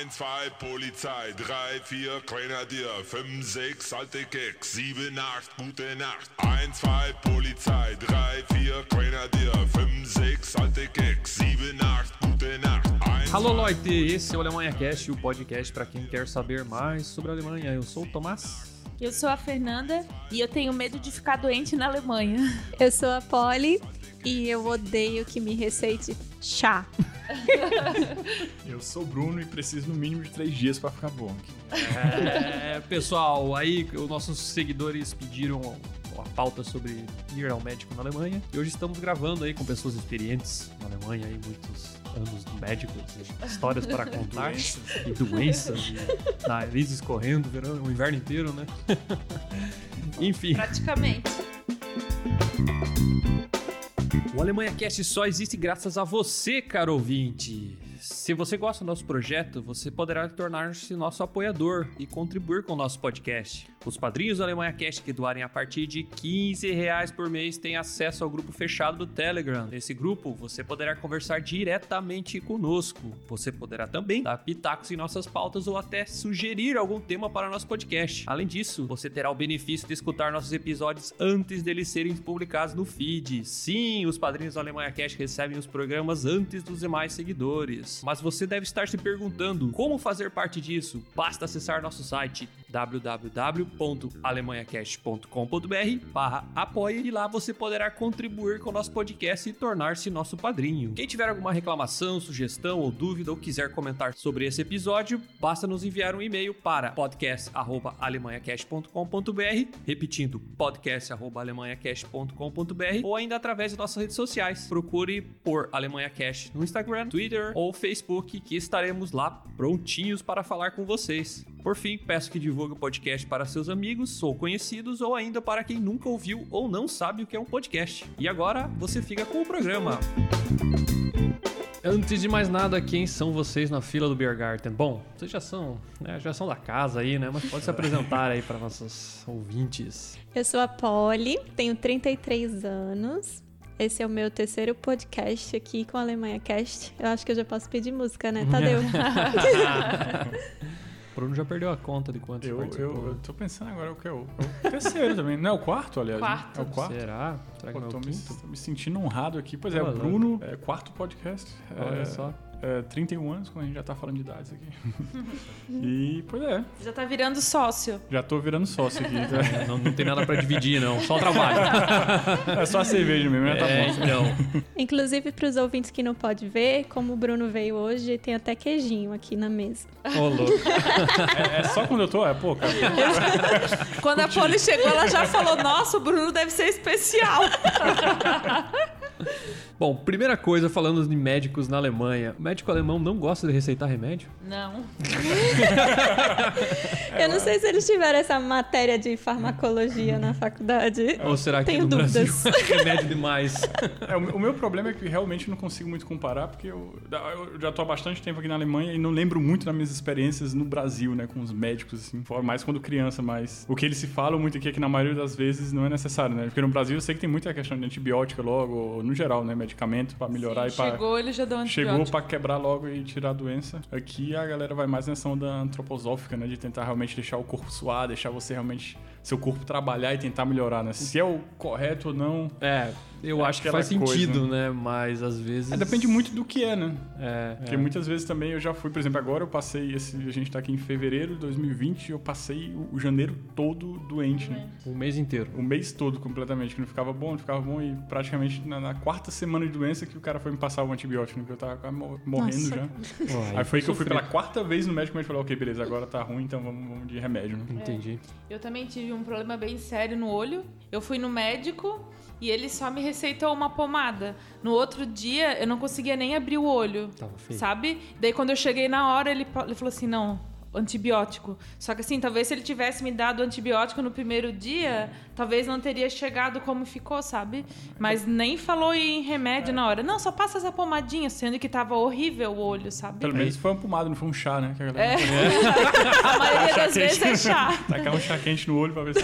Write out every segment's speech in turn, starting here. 1, 2, Polizei, 3, 4, Grenadier, 5, 6, alte Keks, 7, 8, gute Nacht. 1, 2, Polizei, 3, 4, Grenadier, 5, 6, alte Keks, 7, 8, gute Nacht. Eins, Alô, Leute! Esse é o Alemanha Cast, o podcast para quem quer saber mais sobre a Alemanha. Eu sou o Tomás. Eu sou a Fernanda e eu tenho medo de ficar doente na Alemanha. Eu sou a Polly e eu odeio que me receite chá. Eu sou o Bruno e preciso no mínimo de três dias pra ficar bom. É, pessoal, aí os nossos seguidores pediram uma pauta sobre ir ao médico na Alemanha. E hoje estamos gravando aí com pessoas experientes na Alemanha, aí muitos anos de médicos, e histórias para contar Doenças. e doenças, e nariz escorrendo o verão- o inverno inteiro, né? Enfim. Praticamente. O Alemanha Cast só existe graças a você, caro ouvinte. Se você gosta do nosso projeto, você poderá tornar-se nosso apoiador e contribuir com o nosso podcast. Os padrinhos do Alemanha Cast que doarem a partir de 15 reais por mês têm acesso ao grupo fechado do Telegram. Nesse grupo, você poderá conversar diretamente conosco. Você poderá também dar pitacos em nossas pautas ou até sugerir algum tema para nosso podcast. Além disso, você terá o benefício de escutar nossos episódios antes deles serem publicados no feed. Sim, os padrinhos do Alemanha Cash recebem os programas antes dos demais seguidores. Mas você deve estar se perguntando como fazer parte disso. Basta acessar nosso site www.alemanhacast.com.br barra apoie e lá você poderá contribuir com o nosso podcast e tornar-se nosso padrinho. Quem tiver alguma reclamação, sugestão ou dúvida ou quiser comentar sobre esse episódio, basta nos enviar um e-mail para podcast@alemanhacast.com.br, repetindo podcast@alemanhacast.com.br ou ainda através de nossas redes sociais. Procure por Alemanha Cash no Instagram, Twitter ou Facebook que estaremos lá prontinhos para falar com vocês. Por fim, peço que divulgue o podcast para seus amigos ou conhecidos ou ainda para quem nunca ouviu ou não sabe o que é um podcast. E agora você fica com o programa. Antes de mais nada, quem são vocês na fila do Biergarten? Bom, vocês já são, né, já são da casa aí, né? Mas pode se apresentar aí para nossos ouvintes. Eu sou a Polly, tenho 33 anos. Esse é o meu terceiro podcast aqui com a Alemanha Cast. Eu acho que eu já posso pedir música, né, Tadeu? Bruno já perdeu a conta de quantos Eu, participou, eu, né? eu tô pensando agora o que é o, é o terceiro também. Não é o quarto, aliás? né? Quarto. É o quarto? Será? Será que Pô, não é tô, o me, quinto? tô me sentindo honrado aqui. Pois é, Olha o lá. Bruno, é, quarto podcast. É, Olha só. É, 31 anos, quando a gente já tá falando de idades aqui. e, pois é, Já tá virando sócio. já tô virando sócio aqui. tá? Não, não tem nada pra dividir, não. Só o trabalho. É só a cerveja mesmo, já tá é, bom. então. Inclusive, para os ouvintes que não podem ver, como o Bruno veio hoje, tem até queijinho aqui na mesa. Ô, louco. É, é só quando eu tô, é pô, cara. Quando a Polly chegou, ela já falou: Nossa, o Bruno deve ser especial. Bom, primeira coisa, falando de médicos na Alemanha. O médico alemão não gosta de receitar remédio? Não. eu não sei se eles tiveram essa matéria de farmacologia na faculdade. Ou será que Tenho no dúvidas. Brasil é remédio demais? É, o, o meu problema é que realmente eu não consigo muito comparar, porque eu, eu já tô há bastante tempo aqui na Alemanha e não lembro muito das minhas experiências no Brasil, né, com os médicos, assim, fora- mais quando criança, mas o que eles se falam muito aqui é que na maioria das vezes não é necessário, né? Porque no Brasil eu sei que tem muita questão de antibiótico logo, ou no geral, né, medicamento pra melhorar e pra... Chegou, ele já deu um Chegou antibiótico. pra quebrar logo e tirar a doença. Aqui a galera vai mais nessa onda antroposófica, né? De tentar realmente deixar o corpo suar, deixar você realmente... Seu corpo trabalhar e tentar melhorar, né? Se é o correto ou não... É, eu acho que aquela faz sentido, coisa, né? Mas às vezes. É, depende muito do que é, né? É, Porque muitas vezes também eu já fui, por exemplo, agora eu passei esse. A gente tá aqui em fevereiro de 2020 e eu passei o, o janeiro todo doente, né? Tipo, o mês inteiro. O mês todo completamente, que não ficava bom, não ficava bom, e praticamente na, na quarta semana de doença que o cara foi me passar o antibiótico, né? que eu tava quase mo- morrendo Nossa. já. Uai, Aí foi que eu fui sofrido. pela quarta vez no médico e falou: ok, beleza, agora tá ruim, então vamos, vamos de remédio, né? Entendi. Eu também tive um problema bem sério no olho. Eu fui no médico e ele só me receitou uma pomada. No outro dia, eu não conseguia nem abrir o olho. Tava feio. Sabe? Daí quando eu cheguei na hora, ele, pa- ele falou assim, não, antibiótico. Só que assim, talvez se ele tivesse me dado antibiótico no primeiro dia, talvez não teria chegado como ficou, sabe? Mas nem falou em remédio na hora. Não, só passa essa pomadinha, sendo que tava horrível o olho, sabe? Pelo menos foi uma pomada, não foi um chá, né? Que a galera A maioria Chá das quente. É, vezes é chá. tacar um chá quente no olho pra ver se.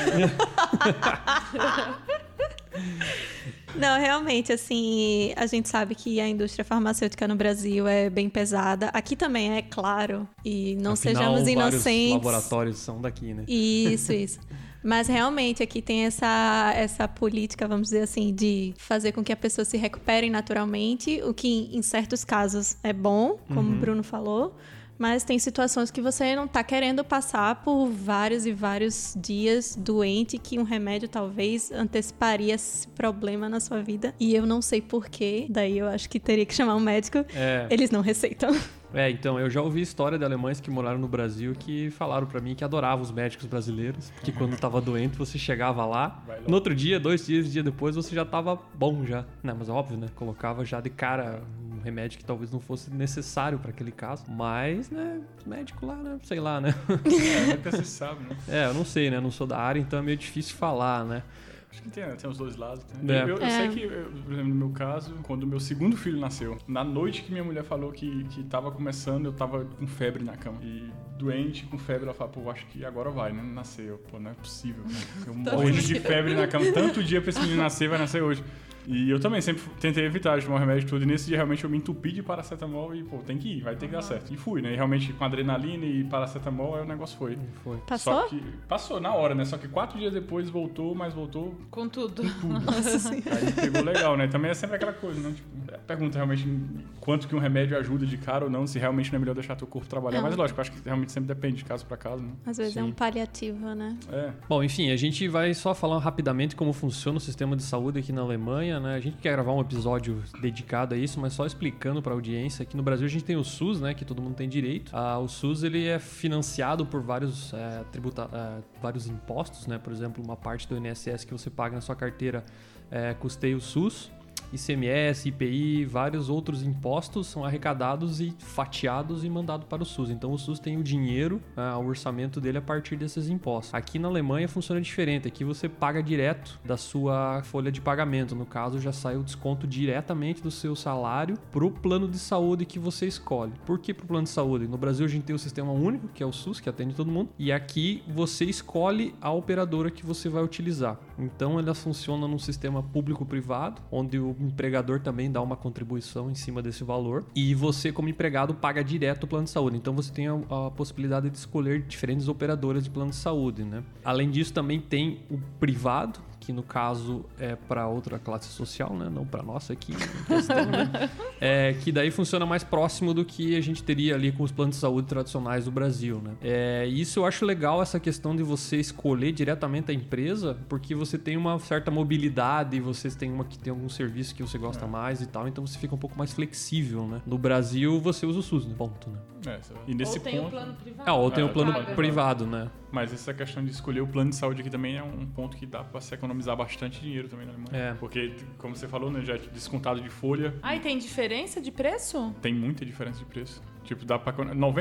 Não, realmente, assim, a gente sabe que a indústria farmacêutica no Brasil é bem pesada. Aqui também é, claro. E não Afinal, sejamos vários inocentes. laboratórios são daqui, né? Isso, isso. Mas realmente aqui tem essa, essa política, vamos dizer assim, de fazer com que a pessoa se recupere naturalmente, o que em certos casos é bom, como Uhum. o Bruno falou. Mas tem situações que você não tá querendo passar por vários e vários dias doente, que um remédio talvez anteciparia esse problema na sua vida. E eu não sei porquê, daí eu acho que teria que chamar um médico. É, Eles não receitam. é, então, eu já ouvi história de alemães que moraram no Brasil que falaram pra mim que adoravam os médicos brasileiros, porque quando tava doente você chegava lá, Vai logo. no outro dia, dois dias, um dia depois, você já tava bom já. Não, mas óbvio, né? Colocava já de cara um remédio que talvez não fosse necessário pra aquele caso, mas, né, médico lá, né, sei lá, né? É, nunca se sabe, né? É, eu não sei, né? Não sou da área, então é meio difícil falar, né? Acho que tem, né? tem os dois lados. É. Né? Eu, eu É. sei que, eu, por exemplo, no meu caso, quando meu segundo filho nasceu, na noite que minha mulher falou que, que tava começando, eu tava com febre na cama. E doente, com febre, ela fala, pô, acho que agora vai, né? Nasceu. Eu, Pô, não é possível. Né? Eu Tá morrendo de febre na cama. Tanto dia pra esse menino nascer, vai nascer hoje. E eu também sempre tentei evitar de tomar remédio e tudo. E nesse dia realmente eu me entupi de paracetamol e, pô, tem que ir, vai ter que dar certo. E fui, né? E realmente com adrenalina e paracetamol, aí o negócio foi. Foi. Só Passou? que passou na hora, né? Só que quatro dias depois voltou, mas voltou Com tudo. Nossa senhora. Aí pegou legal, né? Também é sempre aquela coisa, né? Tipo, pergunta realmente quanto que um remédio ajuda de cara ou não, se realmente não é melhor deixar teu corpo trabalhar. Não. Mas lógico, acho que realmente sempre depende de caso pra caso, né? Às vezes é Sim. um paliativo, né? É. Bom, enfim, a gente vai só falar rapidamente como funciona o sistema de saúde aqui na Alemanha, né? A gente quer gravar um episódio dedicado a isso, mas só explicando para audiência que no Brasil a gente tem o SUS, né, que todo mundo tem direito. Ah, o SUS ele é financiado por vários eh, tributa eh, vários impostos, né? Por exemplo, uma parte do INSS que você paga na sua carteira eh, custeia o SUS. ICMS, IPI, vários outros impostos são arrecadados e fatiados e mandados para o SUS. Então o SUS tem o dinheiro, ah, o orçamento dele a partir desses impostos. Aqui na Alemanha funciona diferente. Aqui você paga direto da sua folha de pagamento. No caso, já sai o desconto diretamente do seu salário para o plano de saúde que você escolhe. Por que para o plano de saúde? No Brasil a gente tem o sistema único, que é o SUS, que atende todo mundo. E aqui você escolhe a operadora que você vai utilizar. Então ela funciona num sistema público-privado, onde o empregador também dá uma contribuição em cima desse valor. E você, como empregado, paga direto o plano de saúde. Então você tem a, a possibilidade de escolher diferentes operadoras de plano de saúde. Né? Além disso, também tem o privado. Que no caso é para outra classe social, né? não para nossa aqui. questão, né? É, que daí funciona mais próximo do que a gente teria ali com os planos de saúde tradicionais do Brasil, né? É, e isso eu acho legal, essa questão de você escolher diretamente a empresa, porque você tem uma certa mobilidade, vocês têm uma que tem algum serviço que você É. gosta mais e tal, então você fica um pouco mais flexível, né? No Brasil, você usa o SUS, né? ponto, né? é isso. e nesse Ou tem ponto. o plano privado. Ah, ou tem é, o plano paga. privado, né? Mas essa questão de escolher o plano de saúde aqui também é um ponto que dá pra se economizar bastante dinheiro também na Alemanha. É. Porque, como você falou, né? Já é descontado de folha. Ah, e tem diferença de preço? Tem muita diferença de preço. Tipo, dá pra.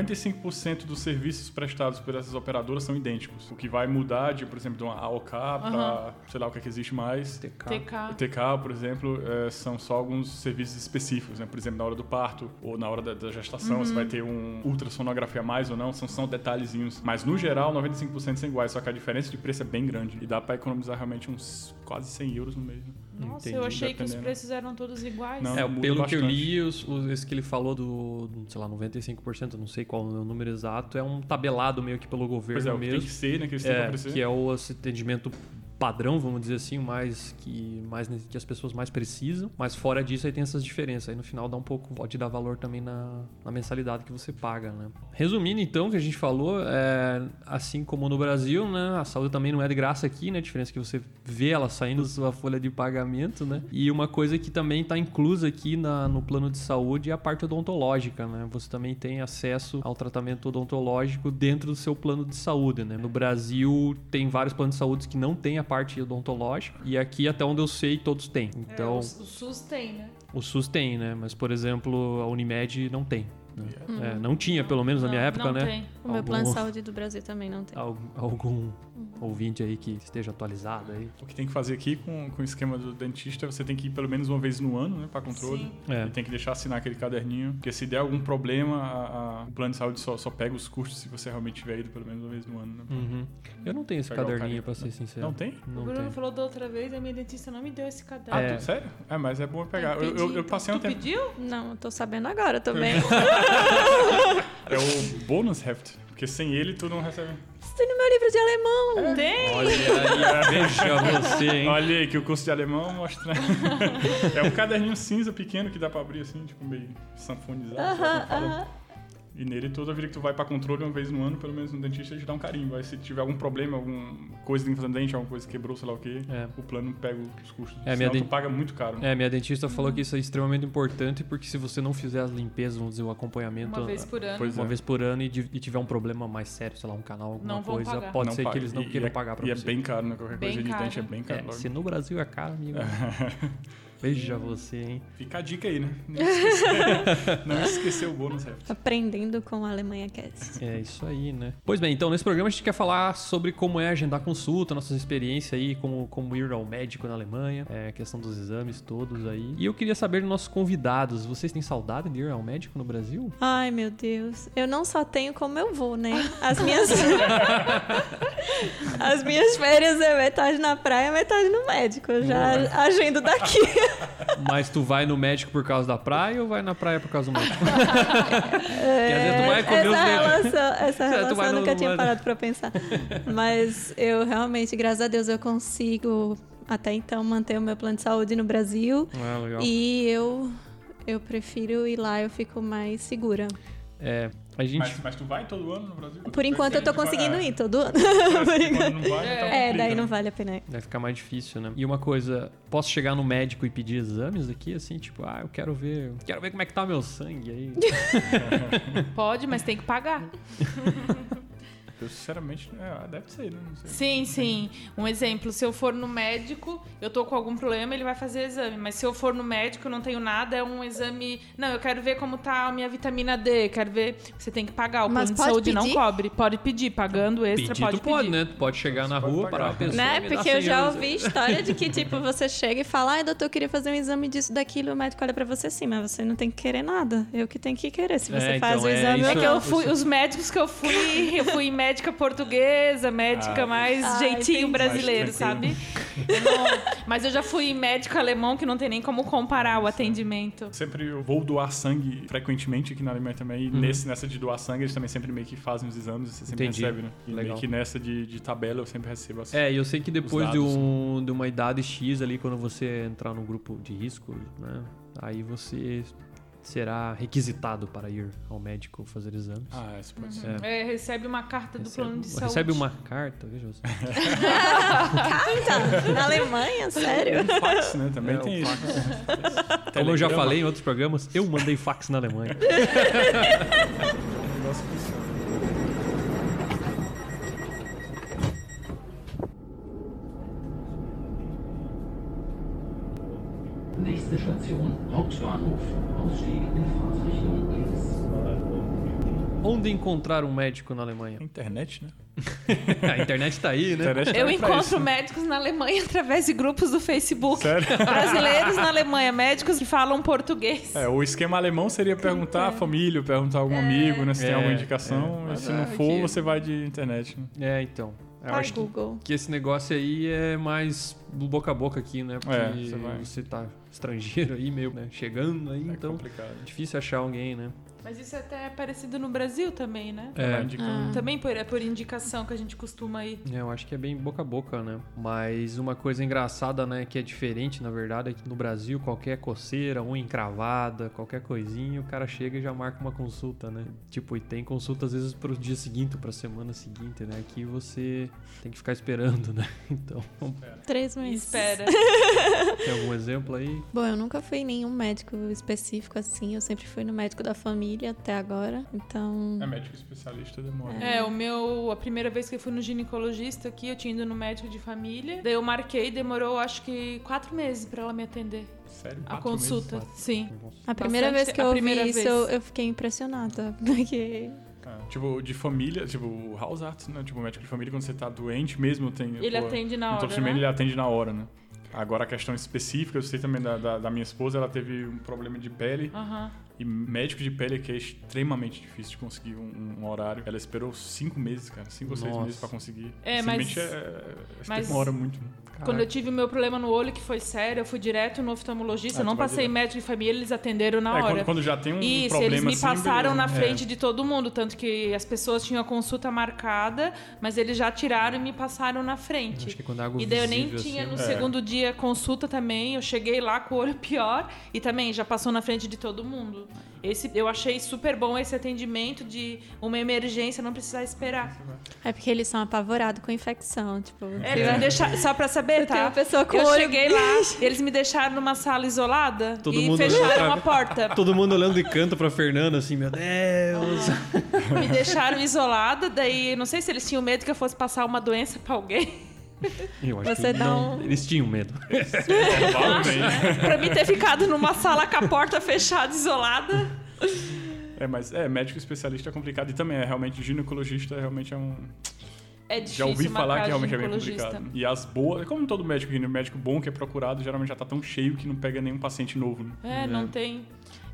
95% dos serviços prestados por essas operadoras são idênticos. O que vai mudar de, por exemplo, de uma AOK pra sei lá o que, é que existe mais. O TK. TK, por exemplo, eh, são só alguns serviços específicos, né? Por exemplo, na hora do parto ou na hora da, da gestação, você vai ter um ultrassonografia a mais ou não, são só detalhezinhos. Mas no geral, 95% são iguais, só que a diferença de preço é bem grande e dá pra economizar realmente uns quase 100 euros no mês. né? Nossa, Entendi, eu achei que os dependendo. preços eram todos iguais. Não. É, muda pelo que eu bastante. li, os, os- esse que ele falou do, sei lá, 95%, não sei qual é o número exato, é um tabelado meio que pelo governo Pois é, o que mesmo. tem que ser, né? Que eles têm pra É, oferecer. que é o atendimento padrão, vamos dizer assim, o mais que mais ne- que as pessoas mais precisam, mas fora disso aí tem essas diferenças. Aí no final dá um pouco, pode dar valor também na, na mensalidade que você paga, né? Resumindo então o que a gente falou, é, assim como no Brasil, né, a saúde também não é de graça aqui, né? A diferença é que você vê ela saindo da sua folha de pagamento, né? E uma coisa que também está inclusa aqui na- no plano de saúde é a parte odontológica, né? Você também tem acesso ao tratamento odontológico dentro do seu plano de saúde, né? No Brasil tem vários planos de saúde que não tem a parte odontológica e aqui até onde eu sei todos têm. É, Então o, o SUS tem, né? o SUS tem, né? Mas por exemplo a Unimed não tem. né? É, não tinha pelo menos na Não, minha época, não né? Tem. O meu plano Algum- de saúde do Brasil também não tem. Al- algum Uhum. ouvinte aí que esteja atualizado aí. O que tem que fazer aqui com, com o esquema do dentista, você tem que ir pelo menos uma vez no ano, né, para controle. Sim. É. E tem que deixar assinar aquele caderninho, porque se der algum problema, a- a- o plano de saúde só, só pega os custos se você realmente tiver ido pelo menos uma vez no ano, né? Uhum. Eu não tenho esse Pegar o caderninho, caderno. pra ser sincero. Não tem? Não o Bruno tem. falou da outra vez, a minha dentista não me deu esse Ah, caderno. É. tu- sério? É, mas é bom eu pegar. Eu, eu- eu passei um tu tempo. pediu? Não, eu tô sabendo agora também. É o bônus heft, porque sem ele tu não recebe. Isso tem no meu livro de alemão. É. Tem! Olha aí, veja você, hein? Olha aí que o curso de alemão mostra. é um caderninho cinza pequeno que dá pra abrir assim, tipo meio sanfonizado. sabe como Aham, fala? aham. E nele toda vez que tu vai pra controle uma vez no ano, pelo menos no dentista, ele te dá um carimbo. Aí se tiver algum problema, alguma coisa que tem que fazer no dente, alguma coisa que quebrou, sei lá o quê, É. o plano pega os custos. É, a minha Senão tu dent- paga muito caro. É, minha dentista falou que isso é extremamente importante, porque se você não fizer as limpezas, vamos dizer, o acompanhamento Uma vez por ano. Pois uma é. vez por ano e, de- e tiver um problema mais sério, sei lá, um canal, alguma Não vão coisa, pagar. pode ser paga. que eles não E- e queiram é- pagar pra E você. é bem caro, né? Qualquer Bem coisa de caro. dente é bem caro. É, logo. se no Brasil é caro, amigo. Veja você, hein? Fica a dica aí, né? Não esquecer, não esquecer o bônus heft. Aprendendo com a Alemanha Cast. É isso aí, né? Pois bem, então nesse programa a gente quer falar sobre como é agendar consulta, nossas experiências aí, como, como ir ao médico na Alemanha, é, questão dos exames todos aí. E eu queria saber dos nossos convidados, vocês têm saudade de ir ao médico no Brasil? Ai, meu Deus. Eu não só tenho como eu vou, né? As minhas. As minhas férias é metade na praia, metade no médico. Eu já agendo daqui. Mas tu vai no médico por causa da praia ou vai na praia por causa do médico? Porque às vezes tu vai comer os essa dedos. relação, essa Certo, relação vai eu no- nunca tinha vai- parado pra pensar. Mas eu realmente, graças a Deus, eu consigo até então manter o meu plano de saúde no Brasil. Ah, legal. E eu, eu prefiro ir lá, eu fico mais segura. É, a gente... Mas, mas tu vai todo ano no Brasil? Por enquanto eu tô Tu vai- conseguindo é, ir todo ano. Porque Por quando enquanto. não vai, então É, complica, daí né? não vale a pena. Vai ficar mais difícil, né? E uma coisa, posso chegar no médico e pedir exames aqui, assim, tipo, ah, eu quero ver, quero ver como é que tá meu sangue aí. Pode, mas tem que pagar. Eu, sinceramente, é, deve ser, né? Não Sim, sei. sim. Um exemplo, se eu for no médico, eu tô com algum problema, ele vai fazer exame. Mas se eu for no médico, eu não tenho nada, é um exame. Não, eu quero ver como tá a minha vitamina D, quero ver. Você tem que pagar. O plano Mas de pode saúde não pedir? cobre. Pode pedir, pagando extra, Pedir, pode tu pode, pedir. né? Tu pode chegar na Pode rua, pagar. parar uma pessoa. Né? me dá Porque eu 100 já euros. ouvi história de que, tipo, você chega e fala, ai, doutor, eu queria fazer um exame disso, daquilo, o médico olha pra você sim, mas você não tem que querer nada. Eu que tenho que querer. Se É, você faz então, o é exame, isso. É que eu fui, os médicos que eu fui, eu fui médica portuguesa, médica Ah, mais Ah, jeitinho entendi. brasileiro, Mais sabe? tranquilo. Eu não- mas eu já fui médico alemão que não tem nem como comparar o atendimento. Sempre eu vou doar sangue frequentemente aqui na Alemanha também. E nesse, nessa de doar sangue, eles também sempre meio que fazem os exames e você sempre Uhum. Entendi. recebe, né? E Legal. meio que nessa de, de tabela eu sempre recebo assim. É, e eu sei que depois de, dados, né? um- de uma idade X ali, quando você entrar no grupo de risco, né? Aí você será requisitado para ir ao médico fazer exames. Ah, isso pode ser. É, É, recebe uma carta É do plano de saúde. recebe uma carta, veja você. Tá. Então, na Alemanha, sério? Um fax, né? Também É, tem o isso. Como eu já Telegrama. falei em outros programas, eu mandei fax na Alemanha. O negócio funciona. Nächste Station, Hauptbahnhof. Ausstieg in Fahrtrichtung links. Onde encontrar um médico na Alemanha? Internet, né? A internet tá aí, né? Internet Eu serve pra encontro isso, né? médicos na Alemanha através de grupos do Facebook. Sério? Brasileiros na Alemanha, médicos que falam português. É, o esquema alemão seria perguntar à É. família, perguntar a algum amigo, né? Se É, tem alguma é. indicação. E Mas se não aqui- for, você vai de internet, né? É, então. Eu Ai, acho que, Google. que esse negócio aí é mais do boca a boca aqui, né? Porque É, você vai. você tá estrangeiro aí, meio né? chegando aí, É então complicado. é difícil achar alguém, né? Mas isso até é parecido no Brasil também, né? Vai É, indicando. Também por, é por indicação que a gente costuma ir. É, eu acho que é bem boca a boca, né? Mas uma coisa engraçada, né, que é diferente, na verdade, é que no Brasil qualquer coceira, unha encravada, qualquer coisinha, o cara chega e já marca uma consulta, né? Tipo, e tem consulta às vezes pro dia seguinte, pra semana seguinte, né? Aqui você tem que ficar esperando, né? Então, Três E meses. espera. tem algum exemplo aí? Bom, eu nunca fui em nenhum médico específico assim. Eu sempre fui no médico da família até agora. Então. É médico especialista, demora. né? É, o meu. A primeira vez que eu fui no ginecologista aqui, eu tinha ido no médico de família. Daí eu marquei, demorou acho que quatro meses pra ela me atender. Sério? A quatro consulta. meses? Sim. A primeira Bastante- vez que a eu ouvi primeira isso, vez. eu, eu fiquei impressionada. Porque É, Tipo, de família, tipo, o House Arts, né? Tipo, o médico de família, quando você tá doente mesmo, tem. Ele atende na no hora, Top Showman, né? Então, ele atende na hora, né? Agora a questão específica, eu sei também da, da, da minha esposa, ela teve um problema de pele. Aham. E médico de pele que é extremamente difícil de conseguir um, um horário. Ela esperou cinco meses, cara. Cinco ou seis Nossa. meses pra conseguir. É, Simplesmente mas- é, é- mas- demora muito. Quando eu tive o meu problema no olho, que foi sério, eu fui direto no oftalmologista, Ah, eu não tu vai passei direto. médico de família, eles atenderam na É, hora. quando- quando já tem um Isso, problema eles me assim, passaram beleza. na É. frente de todo mundo, tanto que as pessoas tinham a consulta marcada, mas eles já tiraram e me passaram na frente. Acho que quando é algo e daí eu nem visível, tinha assim, no né? segundo dia consulta também, eu cheguei lá com o olho pior e também já passou na frente de todo mundo. Esse eu achei super bom esse atendimento de uma emergência, não precisar esperar. É porque eles são apavorados com infecção, tipo... É, eles me deixaram- só pra saber, Eu tá? tenho uma pessoa com eu olho cheguei lá, eles me deixaram numa sala isolada Todo e mundo olhando fecharam pra a mim. porta. Todo mundo olhando de canto pra Fernanda, assim, meu Deus. Me deixaram isolada, daí não sei se eles tinham medo que eu fosse passar uma doença pra alguém. Eu acho Você que dá não. um- Eles tinham medo. pra mim ter ficado numa sala com a porta fechada, isolada. É, mas é, médico especialista é complicado. E também é realmente ginecologista, realmente é um. É difícil Já ouvi falar marcar que realmente é bem ginecologista. complicado. E as boas, é como todo médico, o médico bom que é procurado, geralmente já tá tão cheio que não pega nenhum paciente novo. Né? É, não tem.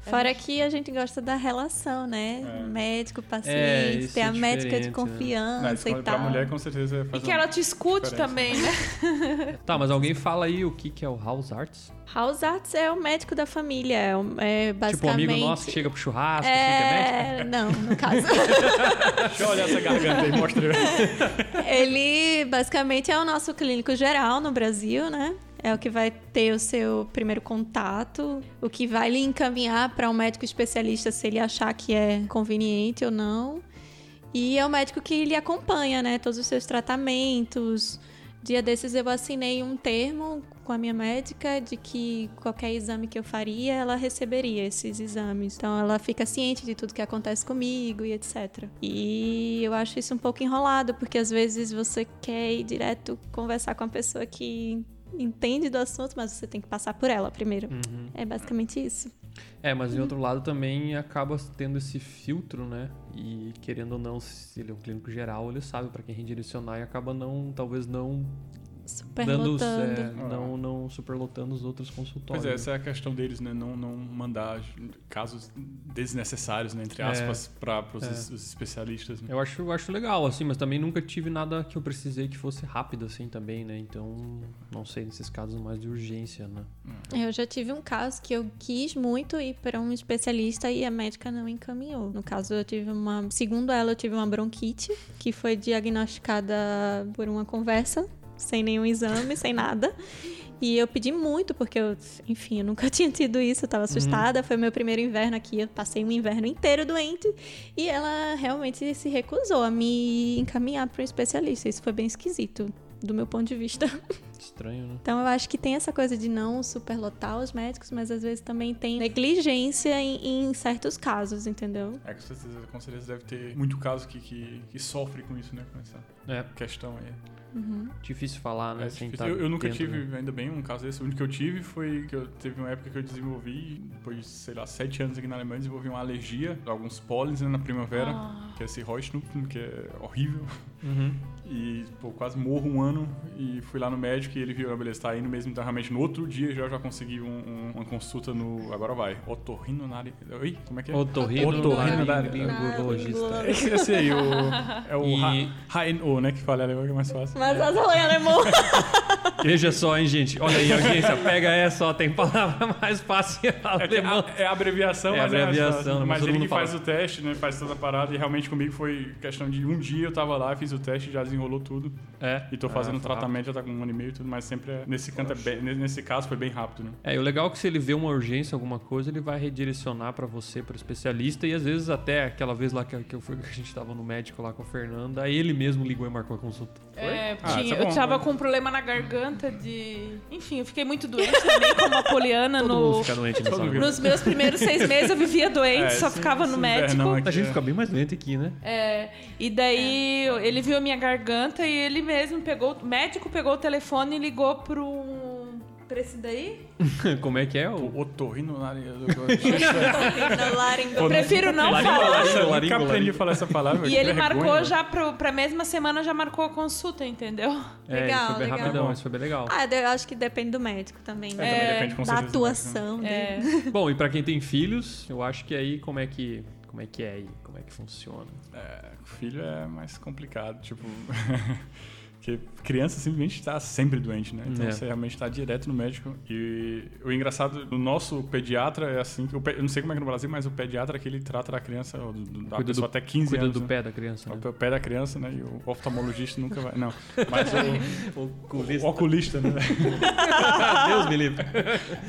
Fora que a gente gosta da relação, né? Médico, É, paciente, isso tem é a médica diferente, de né? Mas confiança e pra tal. mulher, com certeza, Ah, E faz que um- ela te escute Diferença. também, né? Tá, mas alguém fala aí o que, que é o House Arts? House Arts é o médico da família, é, o- é basicamente... Tipo, um amigo nosso que chega pro churrasco, assim, É, não, no caso. Deixa eu olhar essa garganta aí, mostra. Ele basicamente é o nosso clínico geral no Brasil, né? É o que vai ter o seu primeiro contato, o que vai lhe encaminhar para um médico especialista se ele achar que é conveniente ou não. E é o médico que lhe acompanha, né? Todos os seus tratamentos. Dia desses eu assinei um termo com a minha médica de que qualquer exame que eu faria, ela receberia esses exames. Então ela fica ciente de tudo que acontece comigo e etc. E eu acho isso um pouco enrolado, porque às vezes você quer ir direto conversar com a pessoa que entende do assunto, mas você tem que passar por ela primeiro. É basicamente isso. É, mas de outro lado também acaba tendo esse filtro, né? E querendo ou não, se ele é um clínico geral, ele sabe pra quem redirecionar e acaba não, talvez não dando, Superlotando. é, não, não superlotando os outros consultórios. Pois é, essa é a questão deles, né? Não, não mandar casos desnecessários, né? Entre É. aspas, para os os especialistas. Né? Eu acho, eu acho legal, assim, mas também nunca tive nada que eu precisei que fosse rápido, assim, também, né? Então, não sei, nesses casos mais de urgência, né? Eu já tive um caso que eu quis muito ir para um especialista e a médica não encaminhou. No caso, eu tive uma. Segundo ela, eu tive uma bronquite que foi diagnosticada por uma conversa, sem nenhum exame, sem nada. E eu pedi muito, porque eu, enfim, eu nunca tinha tido isso, eu tava assustada. Foi meu primeiro inverno aqui, eu passei um inverno inteiro doente. E ela realmente se recusou a me encaminhar para um especialista. Isso foi bem esquisito, do meu ponto de vista. Estranho, né? Então eu acho que tem essa coisa de não superlotar os médicos, mas às vezes também tem negligência em, em certos casos, entendeu? É, com certeza, com certeza deve ter muito caso que, que, que sofre com isso, né? Com essa É, questão aí. difícil falar, né? É sem difícil. tá eu, eu nunca dentro, tive, né? ainda bem, um caso desse. O único que eu tive foi que eu teve uma época que eu desenvolvi, depois de, sei lá, sete anos aqui na Alemanha, desenvolvi uma alergia a alguns pólenes né, na primavera, Ah. que é esse Heuschnupfen, que é horrível. Uhum. E, pô, quase morro um ano e fui lá no médico e ele viu, ah, beleza, tá indo mesmo. Então, realmente, no outro dia já, já consegui um- um- uma consulta no... Agora vai. Otorrinonari... Oi? Como é que é? né? Otorrinolaringologista. Esse, esse aí, o, é o E- HNO, né? Que fala alemão que é mais fácil. Mas as falou em alemão. Veja só, hein, gente. Olha aí, audiência, pega essa, ó, tem palavra mais fácil em É, que alemão. a- é a abreviação, É mas mais abreviação, fácil. né? Mas Mas todo ele mundo que fala. faz o teste, né? Faz toda a parada e realmente comigo foi questão de um dia eu tava lá, fiz o teste, já desenrolou tudo. É. E tô Ah, fazendo foi rápido. tratamento, já tá com um ano e meio e tudo, mas sempre é, nesse canto é bem- nesse caso foi bem rápido, né? É, e o legal é que se ele vê uma urgência, alguma coisa, ele vai redirecionar pra você, para especialista, e às vezes até aquela vez lá que, que eu fui, que a gente tava no médico lá com a Fernanda, aí ele mesmo ligou e marcou a consulta. É, Ah, tinha- isso é bom, eu tava né? com um problema na garganta de. Enfim, eu fiquei muito doente também, como a Poliana Todo no. mundo fica doente nessa Todo hora. mundo. Nos meus primeiros seis meses eu vivia doente, É, só esse- ficava no esse médico. invernão aqui A gente é- fica bem mais doente aqui, né? É, e daí ele viu a minha garganta e ele mesmo pegou, o médico pegou o telefone e ligou pro um, pra esse daí? Como é que é? O... O otorrino Laringo. Prefiro não falar. Laringo, Eu nunca laringo, aprendi a laringo. falar essa palavra. E que ele vergonha. né? marcou já pro, pra mesma semana, já marcou a consulta, entendeu? É, isso foi Legal, bem legal. rapidão, isso foi bem legal. Ah, eu acho que depende do médico também, É, né? também depende com da certeza do médico, né? atuação dele. É. Bom, e pra quem tem filhos, eu acho que aí como é que. Como é que é aí? Como é que funciona? É, com filho é mais complicado, tipo. Porque criança simplesmente está sempre doente, né? Então É. você realmente está direto no médico. E o engraçado, o nosso pediatra é assim. que o pe- Eu não sei como é que no Brasil, mas o pediatra que ele trata da criança, ou do- do- da Cuida pessoa do- até 15 Cuida anos. do né? pé da criança, né? O pé da criança, né? E o oftalmologista nunca vai. Não. Mas o, o Oculista. oculista, né? Deus me livre.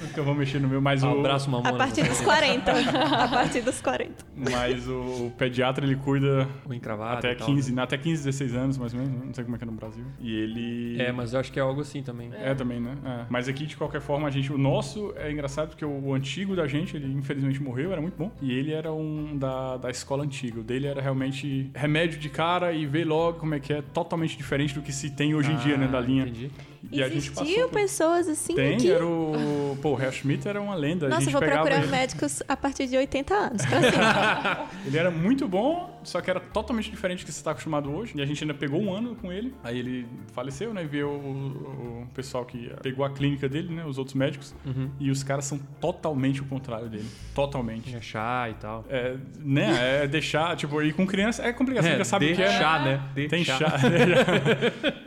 nunca vou mexer no meu, mas o. Um abraço, mamona. A partir dos 40. a partir dos 40. Mas o pediatra ele cuida O encravado até e tal, né? 15, até 15, 16 anos, mais ou menos. né? Não sei como é que é no Brasil. E ele. né? É, mas eu acho que é algo assim também. É também, né? É. Mas aqui, de qualquer forma, a gente. O nosso é engraçado porque o antigo da gente, ele infelizmente morreu, era muito bom. E ele era um da, da escola antiga. O dele era realmente remédio de cara e ver logo como é que é totalmente diferente do que se tem hoje em dia, né? Da Ah, linha. Entendi. E a gente Existiam passou. por- pessoas assim Tem, que... era o. Pô, o Harry Schmidt era uma lenda. a Nossa, gente eu vou pegava procurar um ele. médicos a partir de 80 anos. pra sempre. Ele era muito bom, só que era totalmente diferente do que você está acostumado hoje. E a gente ainda pegou um ano com ele. Aí ele faleceu, né? Viu o, o pessoal que pegou a clínica dele, né? Os outros médicos. Uhum. E os caras são totalmente o contrário dele. Totalmente. Tinha chá e tal. É, né? É deixar, tipo, e com criança é complicado, você É, já sabe o que é. deixar, né? né? Deixar. Tem chá. né?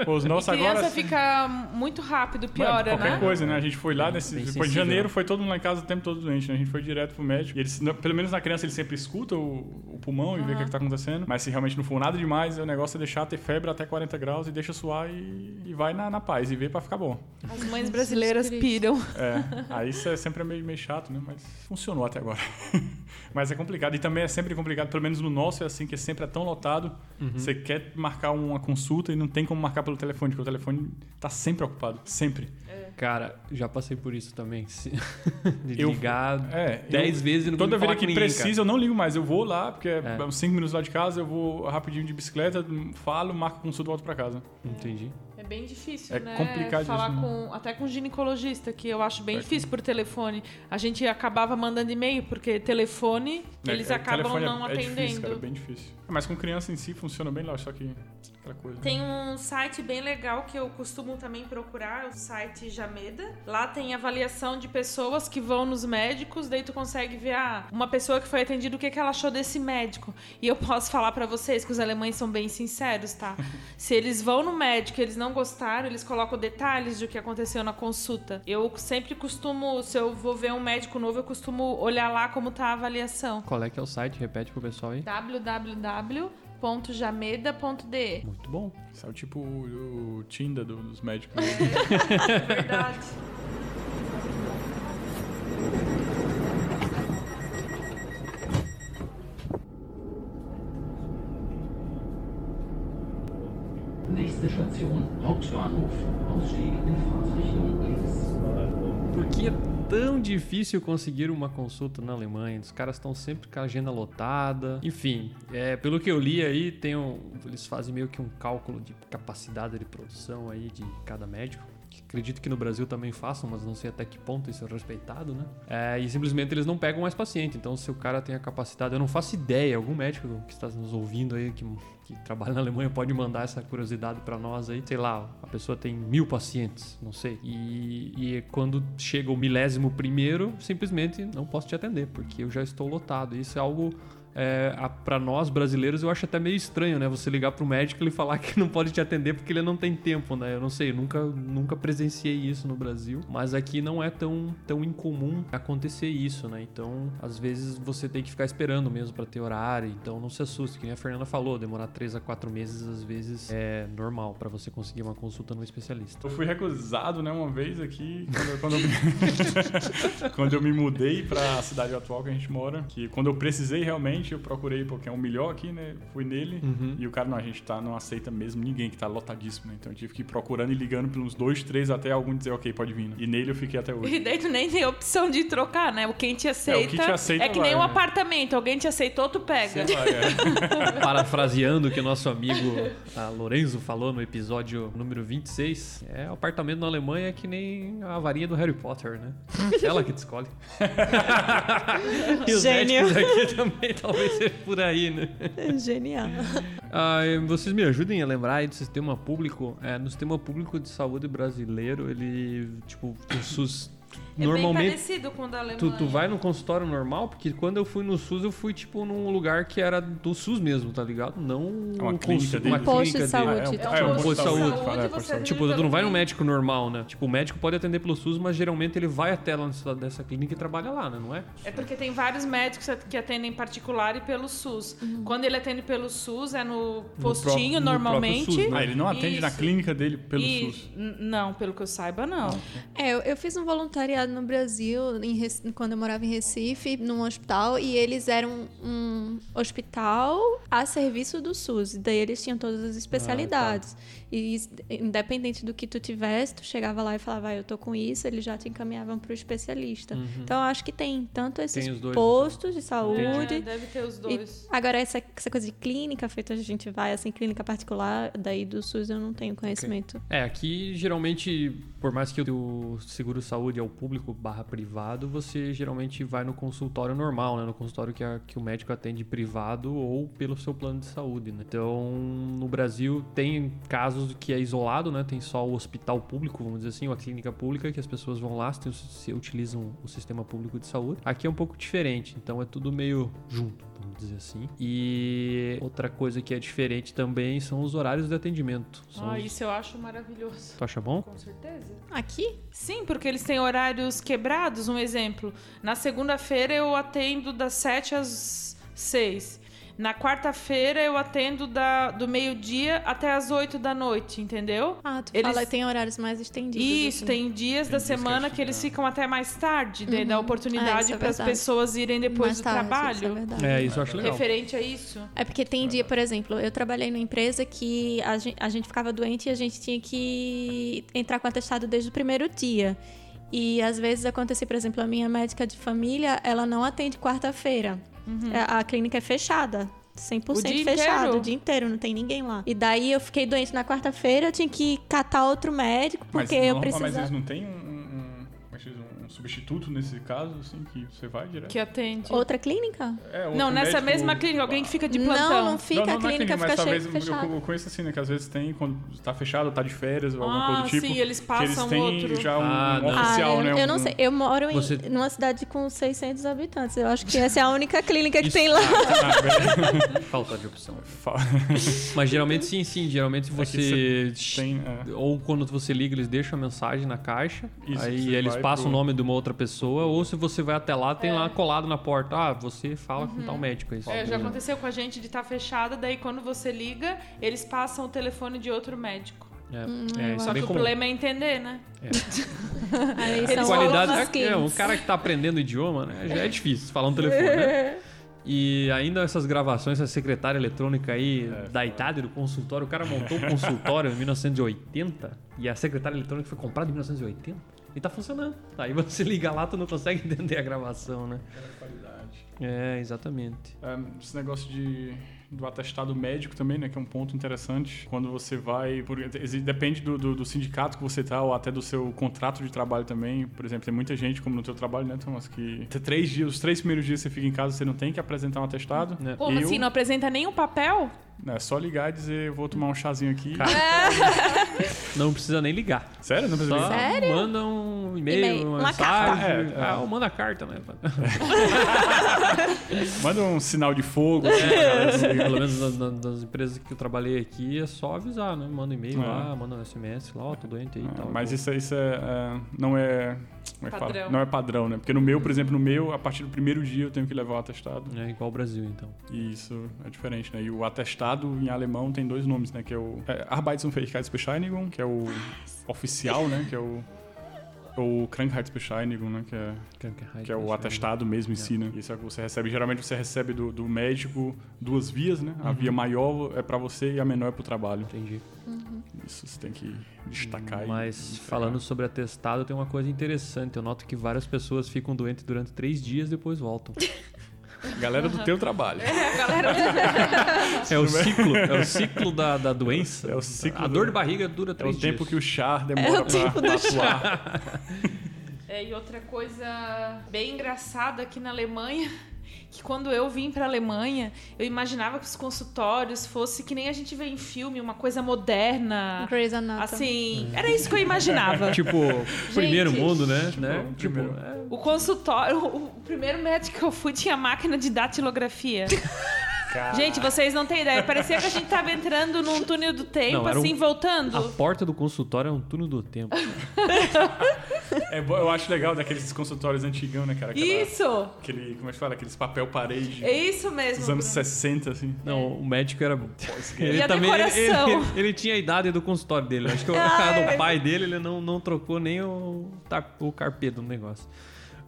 Os nossos criança agora. fica muito rápido, Mano, piora, qualquer né? coisa, né? A gente foi lá nesse. Bem Depois de sensível. janeiro, foi todo mundo lá em casa o tempo todo doente, né? A gente foi direto pro médico. E eles, na- pelo menos na criança, ele sempre escuta o, o pulmão e vê o que, é que tá acontecendo. Mas se realmente não for nada demais, o negócio é deixar ter febre até 40 graus e deixa suar e, e vai na, na paz e vê pra ficar bom. As mães brasileiras Jesus piram. É, aí isso é sempre meio, meio chato, né? Mas funcionou até agora. Mas é complicado. E também é sempre complicado, pelo menos no nosso é assim, que sempre é tão lotado. Uhum. Você quer marcar uma consulta e não tem como marcar pelo telefone, porque o telefone tá sempre ocupado. Sempre. Cara, já passei por isso também. se- De Eu- ligar É, 10 eu- vezes e não Toda vez vez que precisa, eu não ligo mais. Eu vou lá, porque é É. uns 5 minutos lá de casa, eu vou rapidinho de bicicleta, falo, marco consulta e volto pra casa. Entendi. É bem difícil, É né? complicadíssimo. É Falar com, até com ginecologista, que eu acho bem difícil por telefone. A gente acabava mandando e-mail, porque telefone, eles É, é, acabam telefone é- não é atendendo. Difícil, cara, é bem difícil. Mas com criança em si funciona bem lá, só que aquela coisa. né? Tem um site bem legal que eu costumo também procurar, é o site Jameda. Lá tem avaliação de pessoas que vão nos médicos, daí tu consegue ver ah, uma pessoa que foi atendida, o que, que ela achou desse médico. E eu posso falar pra vocês que os alemães são bem sinceros, tá? Se eles vão no médico e eles não gostaram, eles colocam detalhes do que aconteceu na consulta. Eu sempre costumo, se eu vou ver um médico novo, eu costumo olhar lá como tá a avaliação. Qual é que é o site? Repete pro pessoal aí. www.jameda.de Muito bom. Isso é o tipo o, o Tinder do- dos médicos. né? Verdade. Nächste Station Hauptbahnhof. Ausstieg in Fahrtrichtung links. Por que é tão difícil conseguir uma consulta na Alemanha? Os caras estão sempre com a agenda lotada. Enfim, é, pelo que eu li aí, tem um- eles fazem meio que um cálculo de capacidade de produção aí de cada médico. que Acredito que no Brasil também façam, mas não sei até que ponto isso é respeitado, né? É, e simplesmente eles não pegam mais paciente. Então, se o cara tem a capacidade, eu não faço ideia, algum médico que está nos ouvindo aí, que, que trabalha na Alemanha, pode mandar essa curiosidade para nós aí. Sei lá, a pessoa tem mil pacientes, não sei. E, e quando chega o milésimo primeiro, simplesmente não posso te atender, porque eu já estou lotado. Isso é algo. É, para nós brasileiros eu acho até meio estranho, né? Você ligar pro médico e ele falar que não pode te atender porque ele não tem tempo, né? Eu não sei, eu nunca, nunca presenciei isso no Brasil, mas aqui não é tão, tão incomum acontecer isso, né? Então, às vezes você tem que ficar esperando mesmo para ter horário, então não se assuste, que nem a Fernanda falou, demorar 3 a 4 meses às vezes é normal para você conseguir uma consulta num especialista. Eu fui recusado, né, uma vez aqui, quando eu, quando eu- quando eu me mudei pra cidade atual que a gente mora, que quando eu precisei realmente, gente, eu procurei porque é o melhor aqui, né? Fui nele e o cara, não, a gente tá, não aceita mesmo ninguém que tá lotadíssimo, né? Então eu tive que ir procurando e ligando por uns dois, três até algum dizer, ok, pode vir. né? E nele eu fiquei até hoje. E daí tu nem tem opção de trocar, né? O quem te aceita. o que te aceita é que nem um vai, né? apartamento. Alguém te aceitou, tu pega. Sei lá, é. Parafraseando o que o nosso amigo ah, Lorenzo falou no episódio número 26, é o apartamento na Alemanha é que nem a varinha do Harry Potter, né? Ela que te escolhe. e os Gênio. médicos aqui também talvez seja por aí, né? Genial. Ah, vocês me ajudem a lembrar aí do sistema público. É, no sistema público de saúde brasileiro, ele, tipo, o SUS... É bem normalmente parecido com o da Alemanha. Tu, tu vai no consultório normal, porque quando eu fui no SUS, eu fui, tipo, num lugar que era do SUS mesmo, tá ligado? Não É Uma um clínica consul- deles. uma Posto de clínica saúde. deles. É, um- tipo, é um posto de saúde. saúde, fala, é, você posto de saúde. Tipo, tu não vai no médico normal, né? Tipo, o médico pode atender pelo SUS, mas geralmente ele vai até lá nessa- dessa clínica e trabalha lá, né? Não é? É porque tem vários médicos que atendem particular e pelo SUS. Uhum. Quando ele atende pelo SUS, é no postinho, próprio- no normalmente. próprio SUS, né? Ah, ele não atende na Isso. clínica dele pelo E- SUS. n- Não, pelo que eu saiba, não. É, eu, eu fiz um voluntariado no Brasil, em Rec- quando eu morava em Recife, num hospital, e eles eram um hospital a serviço do SUS. E daí eles tinham todas as Ah, tá. especialidades. E is- independente do que tu tivesse, tu chegava lá e falava, ah, eu tô com isso, eles já te encaminhavam pro especialista. Então eu acho que tem tanto esses Uhum. Tem os dois, postos de É, saúde. deve ter os e dois. agora, essa, essa coisa de clínica feita, a gente vai assim, clínica particular, daí do SUS eu não tenho conhecimento. É, aqui geralmente, por mais que o seguro saúde é o público barra privado, você geralmente vai no consultório normal, né? No consultório que, a- que o médico atende privado ou pelo seu plano de saúde, né? Então, no Brasil tem casos que é isolado, né? Tem só o hospital público, vamos dizer assim, ou a clínica pública, que as pessoas vão lá, se, se utilizam o sistema público de saúde. Aqui é um pouco diferente, então é tudo meio junto, vamos dizer assim. E outra coisa que é diferente também são os horários de atendimento. São Ah, os- isso eu acho maravilhoso. Tu acha bom? Com certeza. Aqui? Sim, porque eles têm horários quebrados. Um exemplo, na segunda-feira eu atendo das 7 às 6. Na quarta-feira eu atendo da, do meio-dia até às 8 da noite, entendeu? Ah, tu Eles- fala que tem horários mais estendidos. Isso, assim. tem dias da dias que eles semana que eles ficam. ficam até mais tarde, daí dá Ah, oportunidade isso é para as verdade. pessoas irem depois Mais do tarde, Isso é, trabalho. verdade. É, isso eu acho legal. Referente a isso? É porque tem dia, por exemplo, eu trabalhei numa empresa que a gente, a gente ficava doente e a gente tinha que entrar com atestado desde o primeiro dia. E às vezes acontecia, por exemplo, a minha médica de família, ela não atende quarta-feira. A, a clínica é fechada. 100% Uhum. O dia fechado, inteiro? o dia inteiro, não tem ninguém lá. E daí eu fiquei doente na quarta-feira, eu tinha que catar outro médico, Mas porque eu norma- Mas eles precisava. não têm um, um- como é que diz? um substituto nesse caso, assim, que você vai direto? Que atende. Outra clínica? É, outro Não, nessa médico- mesma clínica, alguém que fica de plantão. Não, não fica, Não, não a na clínica mas fica talvez che- eu, fechada. eu conheço assim, né? Que às vezes tem, quando tá fechado, tá de férias ou alguma Ah, coisa do tipo. sim, eles que passam eles têm outro. já um Ah, não. oficial, eu, né? eu um- não sei. Eu moro em, Você- numa cidade com 600 habitantes. Eu acho que essa é a única clínica que tem lá. Falta de opção. Fa- Mas geralmente sim, sim. Geralmente você. tem, é. Ou quando você liga, eles deixam a mensagem na caixa. Isso, aí você eles vai passam pro- o nome de uma outra pessoa. Ou se você vai até lá, tem lá colado na porta. Ah, você fala com tal médico. Isso. É, já aconteceu com a gente de estar fechada, daí quando você liga, eles passam o telefone de outro médico. É, é, isso Só é Hum, que bem o comum. problema é entender, né? Aí Eles são outros Qualidade. É, o clientes. cara que tá aprendendo idioma, né? Já é difícil falar no telefone, né? E ainda essas gravações, essa secretária eletrônica aí É. da Itália, do consultório, o cara montou o consultório em 1980 e a secretária eletrônica foi comprada em 1980 e tá funcionando. Aí você liga lá, tu não consegue entender a gravação, né? É, exatamente. Um, Esse negócio de, do atestado médico também, né? Que é um ponto interessante. Quando você vai. por- exi- depende do, do, do sindicato que você tá, ou até do seu contrato de trabalho também. Por exemplo, tem muita gente, como no teu trabalho, né, Thomas, que t- três dias, os três primeiros dias que você fica em casa, você não tem que apresentar um atestado. Né. Como Eu- assim? Não apresenta nenhum papel? É só ligar e dizer, vou tomar um chazinho aqui. Cara. Não precisa nem ligar. Sério? Não precisa Só ligar? Sério? manda um E-mail, e-mail, uma uma carta. mensagem. É, é. Ah, ou manda carta, né? Manda um sinal de fogo. assim, pra galera não ligar. É, Pelo menos na- na- nas, empresas que eu trabalhei aqui, é só avisar, né? Manda e-mail É. lá, manda um SMS lá, ó, tô doente aí e tal. Mas isso, isso é, é, não é. Como é que fala? Padrão. Não é padrão, né? Porque no meu, por exemplo, no meu, a partir do primeiro dia eu tenho que levar o atestado. É igual o Brasil, então. E isso é diferente, né? E o atestado em alemão tem dois nomes, né? Que é o é, Arbeitsunfähigkeitsbescheinigung, que é o oficial, né? Que é o ou Krankheitsbescheinigung, né? Que é, que né, é o atestado mesmo em si, né? Isso é o que você recebe. Geralmente você recebe do, do médico duas vias, né? Uhum. A via maior é pra você e a menor é pro trabalho. Entendi. Isso você tem que destacar. É. e- Mas e falando sobre atestado, tem uma coisa interessante. Eu noto que várias pessoas ficam doentes durante três dias e depois voltam. pegar. Galera do teu trabalho. É. É o ciclo, é o ciclo da, da doença. É o ciclo A do- dor de barriga dura É o três dias. tempo que o char demora É o tempo pra do atuar. É, e outra coisa bem engraçada aqui na Alemanha, que quando eu vim pra Alemanha, eu imaginava que os consultórios fosse que nem a gente vê em filme, uma coisa moderna. Um Grey's Anatomy. Assim, era isso que eu imaginava. Tipo, primeiro mundo, né? né? Tipo, primeiro. é, O consultório, o, o primeiro médico que eu fui tinha máquina de datilografia. Gente, vocês não têm ideia. Parecia que a gente tava entrando num túnel do tempo, Não, era um- assim, voltando. a Ah, tá. porta do consultório é um túnel do tempo. É bom, eu acho legal daqueles consultórios antigão, né, cara? Aquela- Isso! Aquele, como é que fala? Aqueles papel parede É isso mesmo. dos anos Bruno. 60, assim. É. Não, o médico era. É. E a ele, decoração? Ah, é ele- ele tinha a idade do consultório dele. né? Acho que o cara do pai dele, ele não, não trocou nem o, tar- o carpedo no negócio.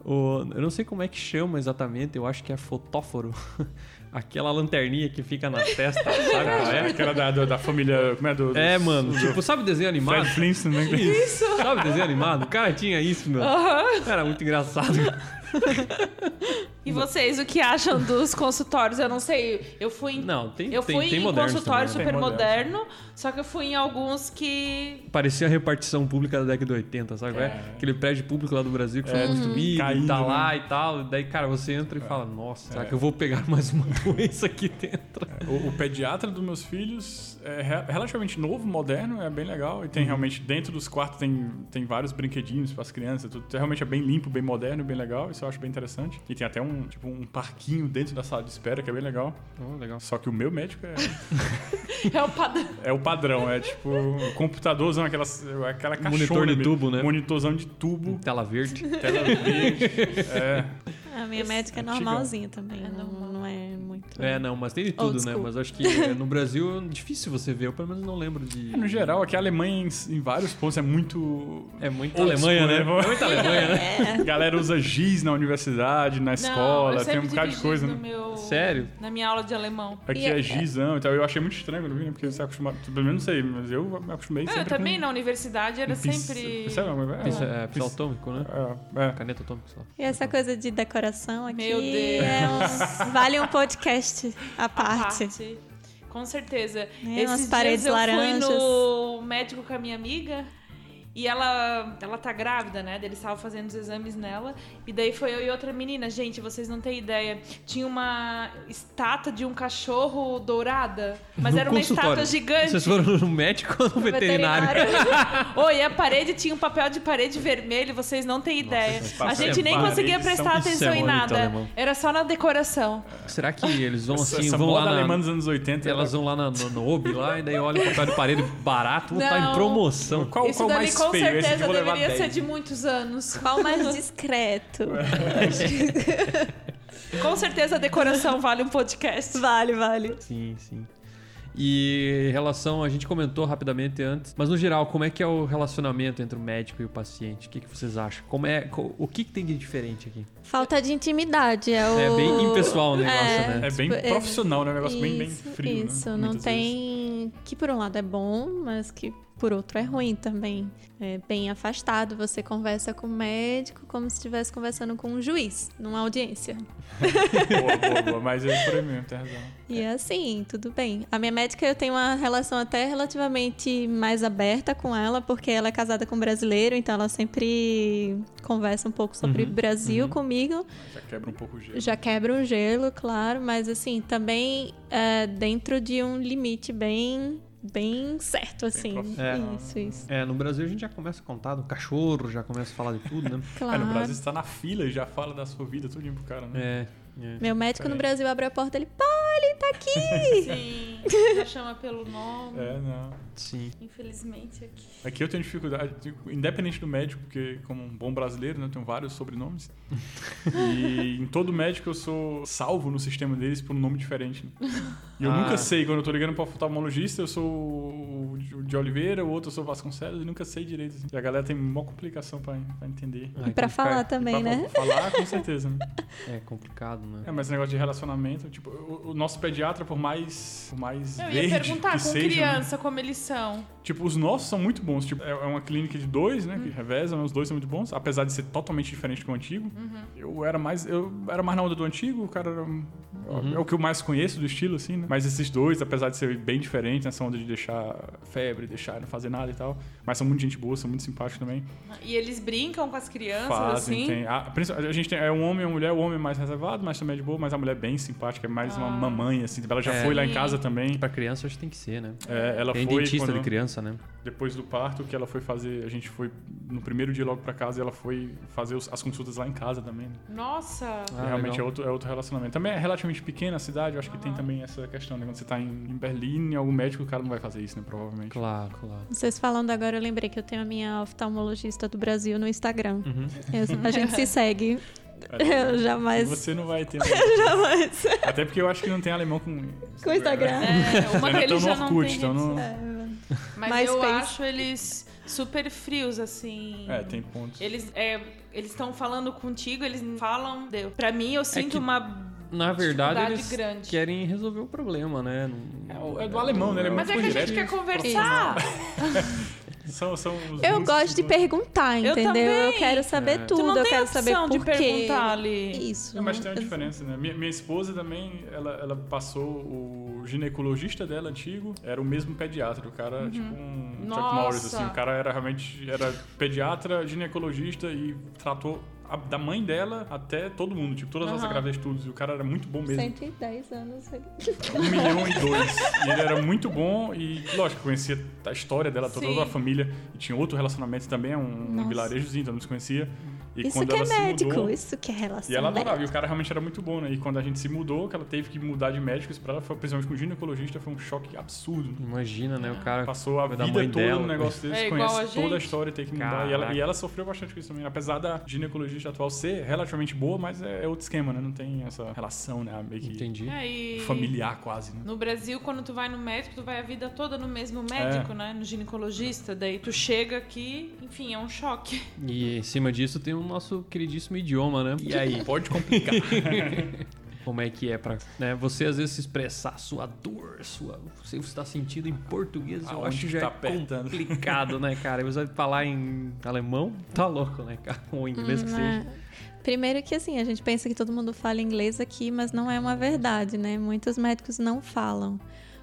O- eu não sei como é que chama exatamente, eu acho que é fotóforo. Aquela lanterninha que fica na testa, sabe qual É, é? aquela da, da, da família. Como é do. dos- É, mano, tipo, sabe desenho animado? Fred Flintstone, né? Isso. Sabe desenho animado? O cara tinha isso, meu. Era muito engraçado. E vocês, o que acham dos consultórios? Eu não sei. Eu fui em, Não, tem- eu tem- fui tem em modernos consultório também, né? super Tem moderno, só que eu fui em alguns que. Parecia a repartição pública da década de 80, sabe? qual É. É. Aquele prédio público lá do Brasil que foi É, construído e caindo, tá né? É. lá e tal. E daí, cara, você entra e fala, nossa, será que eu vou pegar mais uma doença aqui dentro? O, o pediatra dos meus filhos é re- relativamente novo, moderno, é bem legal. E tem Uhum. realmente, dentro dos quartos, tem, tem vários brinquedinhos para as crianças. Tudo, realmente é bem limpo, bem moderno, bem legal. Isso eu acho bem interessante. E tem até um, tipo, um parquinho dentro da sala de espera, que é bem legal. legal. Só que o meu médico é, É o padrão. é o padrão. É tipo, um computadorzão, aquelas, aquela caixona. Monitor de mesmo. tubo, né? Uhum. Monitorzão de tubo. Tela verde. Tela verde. é, A minha médica é antiga. normalzinha também. não- normal. Não é muito. É, não, mas tem Oh, de tudo, Old né? school. Mas acho que é, no Brasil é difícil você ver. Eu pelo menos não lembro de. É, No geral, aqui a Alemanha, em, em vários pontos, é muito. É muito Old Alemanha, school, né? né? É muito Alemanha, né? A galera usa giz na universidade, na não, escola, eu tem um sempre bocado de dirigi coisa, no né? meu- Sério? Na minha aula de alemão. Aqui E é é- gizão e tal. Eu achei muito estranho quando eu vim, né? Porque você é acostumado. Pelo menos não sei, mas eu me acostumei Ah, sempre. eu também com... na universidade era pis- sempre Sabe, é, Pis- É, pis- pincel atômico, né? é, é. Caneta atômica, sei lá. E essa coisa de decoração aqui Meu Deus. é um- vale um podcast à parte. parte. Com certeza. Né, umas Esses paredes dias eu laranjas. fui no médico com a minha amiga e ela, ela tá grávida, né? Eles estavam fazendo os exames nela. E daí foi eu e outra menina. Gente, vocês não têm ideia. Tinha uma estátua de um cachorro dourada, mas No era uma estátua consultório. gigante. Vocês foram no médico ou no veterinário? Oi, e a parede tinha um papel de parede vermelho, vocês não têm ideia. esses a papéis gente nem paredes conseguia são- prestar Isso é atenção em muito nada. alemão. Era só na decoração. Será que eles vão Essa- assim, Essa vão moda lá na, alemã dos anos 80. Elas vão lá na, no, no Obi lá e daí olha o papel de parede barato, vou tá em Não. promoção. Qual, Isso qual dali mais com feio? Esse aqui eu certeza vou levar deveria 10. ser de muitos anos. Qual É mais discreto? Com certeza a decoração vale um podcast. vale, vale. Sim, sim. E em relação, a gente comentou rapidamente antes, mas no geral, como é que é o relacionamento entre o médico e o paciente? O que, que vocês acham? Como é, co- o que, que tem de diferente aqui? Falta de intimidade. É, o... É bem impessoal o negócio, É. né? É bem Tipo, é- profissional, né? Um negócio bem, bem Isso, frio. né? Isso, não Muitas vezes. tem. Que por um lado é bom, mas que por outro é ruim também. É bem afastado. Você conversa com o médico como se estivesse conversando com um juiz, numa audiência. Boa, boa, boa. Mas eu por aí mesmo, tem razão. E é assim, tudo bem. A minha médica eu tenho uma relação até relativamente mais aberta com ela, porque ela é casada com um brasileiro, então ela sempre conversa um pouco sobre Uhum, Brasil comigo. Já quebra um pouco o gelo. Já quebra um gelo, claro, mas assim, também é, dentro de um limite bem, bem certo, assim. profissional. Isso, isso. É, no Brasil a gente já começa a contar do cachorro, já começa a falar de tudo, né? É, Claro. no Brasil você tá na fila e já fala da sua vida tudinho pro cara, né? É. é. Meu médico no Peraí. Brasil abre a porta, ele, pai, ele tá aqui! Sim, já chama pelo nome. É, não. Sim. Infelizmente aqui. Aqui eu tenho dificuldade, tipo, independente do médico, porque como um bom brasileiro, né, eu tenho vários sobrenomes. e em todo médico eu sou salvo no sistema deles por um nome diferente. né? E eu Ah. nunca sei, quando eu tô ligando pra oftalmologista, eu sou o de- o de Oliveira, o outro eu sou Vasconcelos, e nunca sei direito. assim. E a galera tem mó complicação pra, pra Ah, entender. E pra complicado. falar também, E pra né? fa- Falar, com certeza, né? É complicado, né? É, mas esse negócio de relacionamento, tipo, o, o nosso pediatra, por mais, por mais Eu ia verde perguntar que com seja, né? criança como eles são. Tipo, os nossos são muito bons. Tipo, é é uma clínica de dois, né? Que revezam, os dois são muito bons. Apesar de ser totalmente diferente do antigo. Eu era mais. Eu era mais na onda do antigo, o cara era. Uhum. É o que eu mais conheço do estilo, assim, né? Mas esses dois, apesar de ser bem diferente, nessa onda de deixar febre, deixar não fazer nada e tal. Mas são muito gente boa, são muito simpáticos também. E eles brincam com as crianças, Fazem, assim. tem. A, principal- a gente tem. É um homem e uma mulher, o homem é mais reservado, mas também é de boa, mas a mulher é bem simpática, é mais uma mamãe, assim. Ela já É. foi lá em Sim. casa também. Pra criança, acho que tem que ser, né? É, ela Tem foi. dentista quando- de criança, né? depois do parto que ela foi fazer, a gente foi no primeiro dia logo pra casa e ela foi fazer os- as consultas lá em casa também. né? Nossa! Ah, Realmente legal. é outro, é outro relacionamento. Também é relativamente pequena a cidade, eu acho que tem também essa questão, né? Quando você tá em, em Berlim, algum médico, o cara não vai fazer isso, né? Provavelmente. Claro, claro. Vocês falando agora, eu lembrei que eu tenho a minha oftalmologista do Brasil no Instagram. Eu- a gente se segue. Eu jamais. É, então, Você não vai ter. Jamais. Até porque eu acho que não tem alemão com. Com o Instagram. É, uma que Ainda eles tão já no não Orkut, têm então rede não. é. social. Mas Mas eu fez. acho eles super frios, assim. É, tem pontos. Eles é, estão falando contigo, eles falam. de- Pra mim, É eu sinto que- uma. Na verdade, Dificuldade eles grande. querem resolver o problema, né? Não- É, o- é do alemão, né? Ele é Mas é muito que a gente direto. quer conversar. São, são os Eu muitos gosto de segundos. perguntar, Eu entendeu? Eu, também. quero saber tudo, Tu não eu tem quero saber opção de por quê. perguntar ali. Isso. É, mas não- tem uma diferença, né? Minha, minha esposa também, ela, ela passou o ginecologista dela antigo, era o mesmo pediatra, o cara Uhum. tipo um Chuck Nossa. Norris, assim, o cara era realmente, era pediatra, ginecologista e tratou a- da mãe dela até todo mundo, tipo, todas as Aham. gravidez, tudo, e o cara era muito bom mesmo, 110 anos. um milhão e dois, e ele era muito bom e, lógico, conhecia a história dela, toda, Sim. toda a família, e tinha outro relacionamento também, um, um Nossa. vilarejozinho, então não se conhecia, e Isso quando que é ela se médico, mudou... isso que é relação. E ela adorava, e médica. o cara realmente era muito bom, né? E quando a gente se mudou, que ela teve que mudar de médicos pra ela, foi, principalmente com ginecologista, foi um choque absurdo. né? Imagina, né? O cara Passou a da vida mãe toda dela. né? no negócio deles, É igual a conhece toda a gente. história e tem que mudar. E ela, Caraca. e ela sofreu bastante com isso também. Apesar da ginecologista atual ser relativamente boa, mas é, é outro esquema, né? Não tem essa relação, né? Meio que Entendi. É, e familiar quase, né? No Brasil, quando tu vai no médico, tu vai a vida toda no mesmo médico, É. né? No ginecologista. Daí tu chega aqui, enfim, é um choque. E em cima disso tem o nosso queridíssimo idioma, né? E aí? Pode complicar. Como é que é pra né, você às vezes se expressar a sua dor, sua, o que você está sentindo em português, Ah, eu eu acho acho que que já tá é apertando. complicado, né, cara? E Você vai falar em alemão, tá louco, né, cara? Ou inglês que seja. É. Primeiro que assim, a gente pensa que todo mundo fala inglês aqui, mas não é uma verdade, né? Muitos médicos não falam.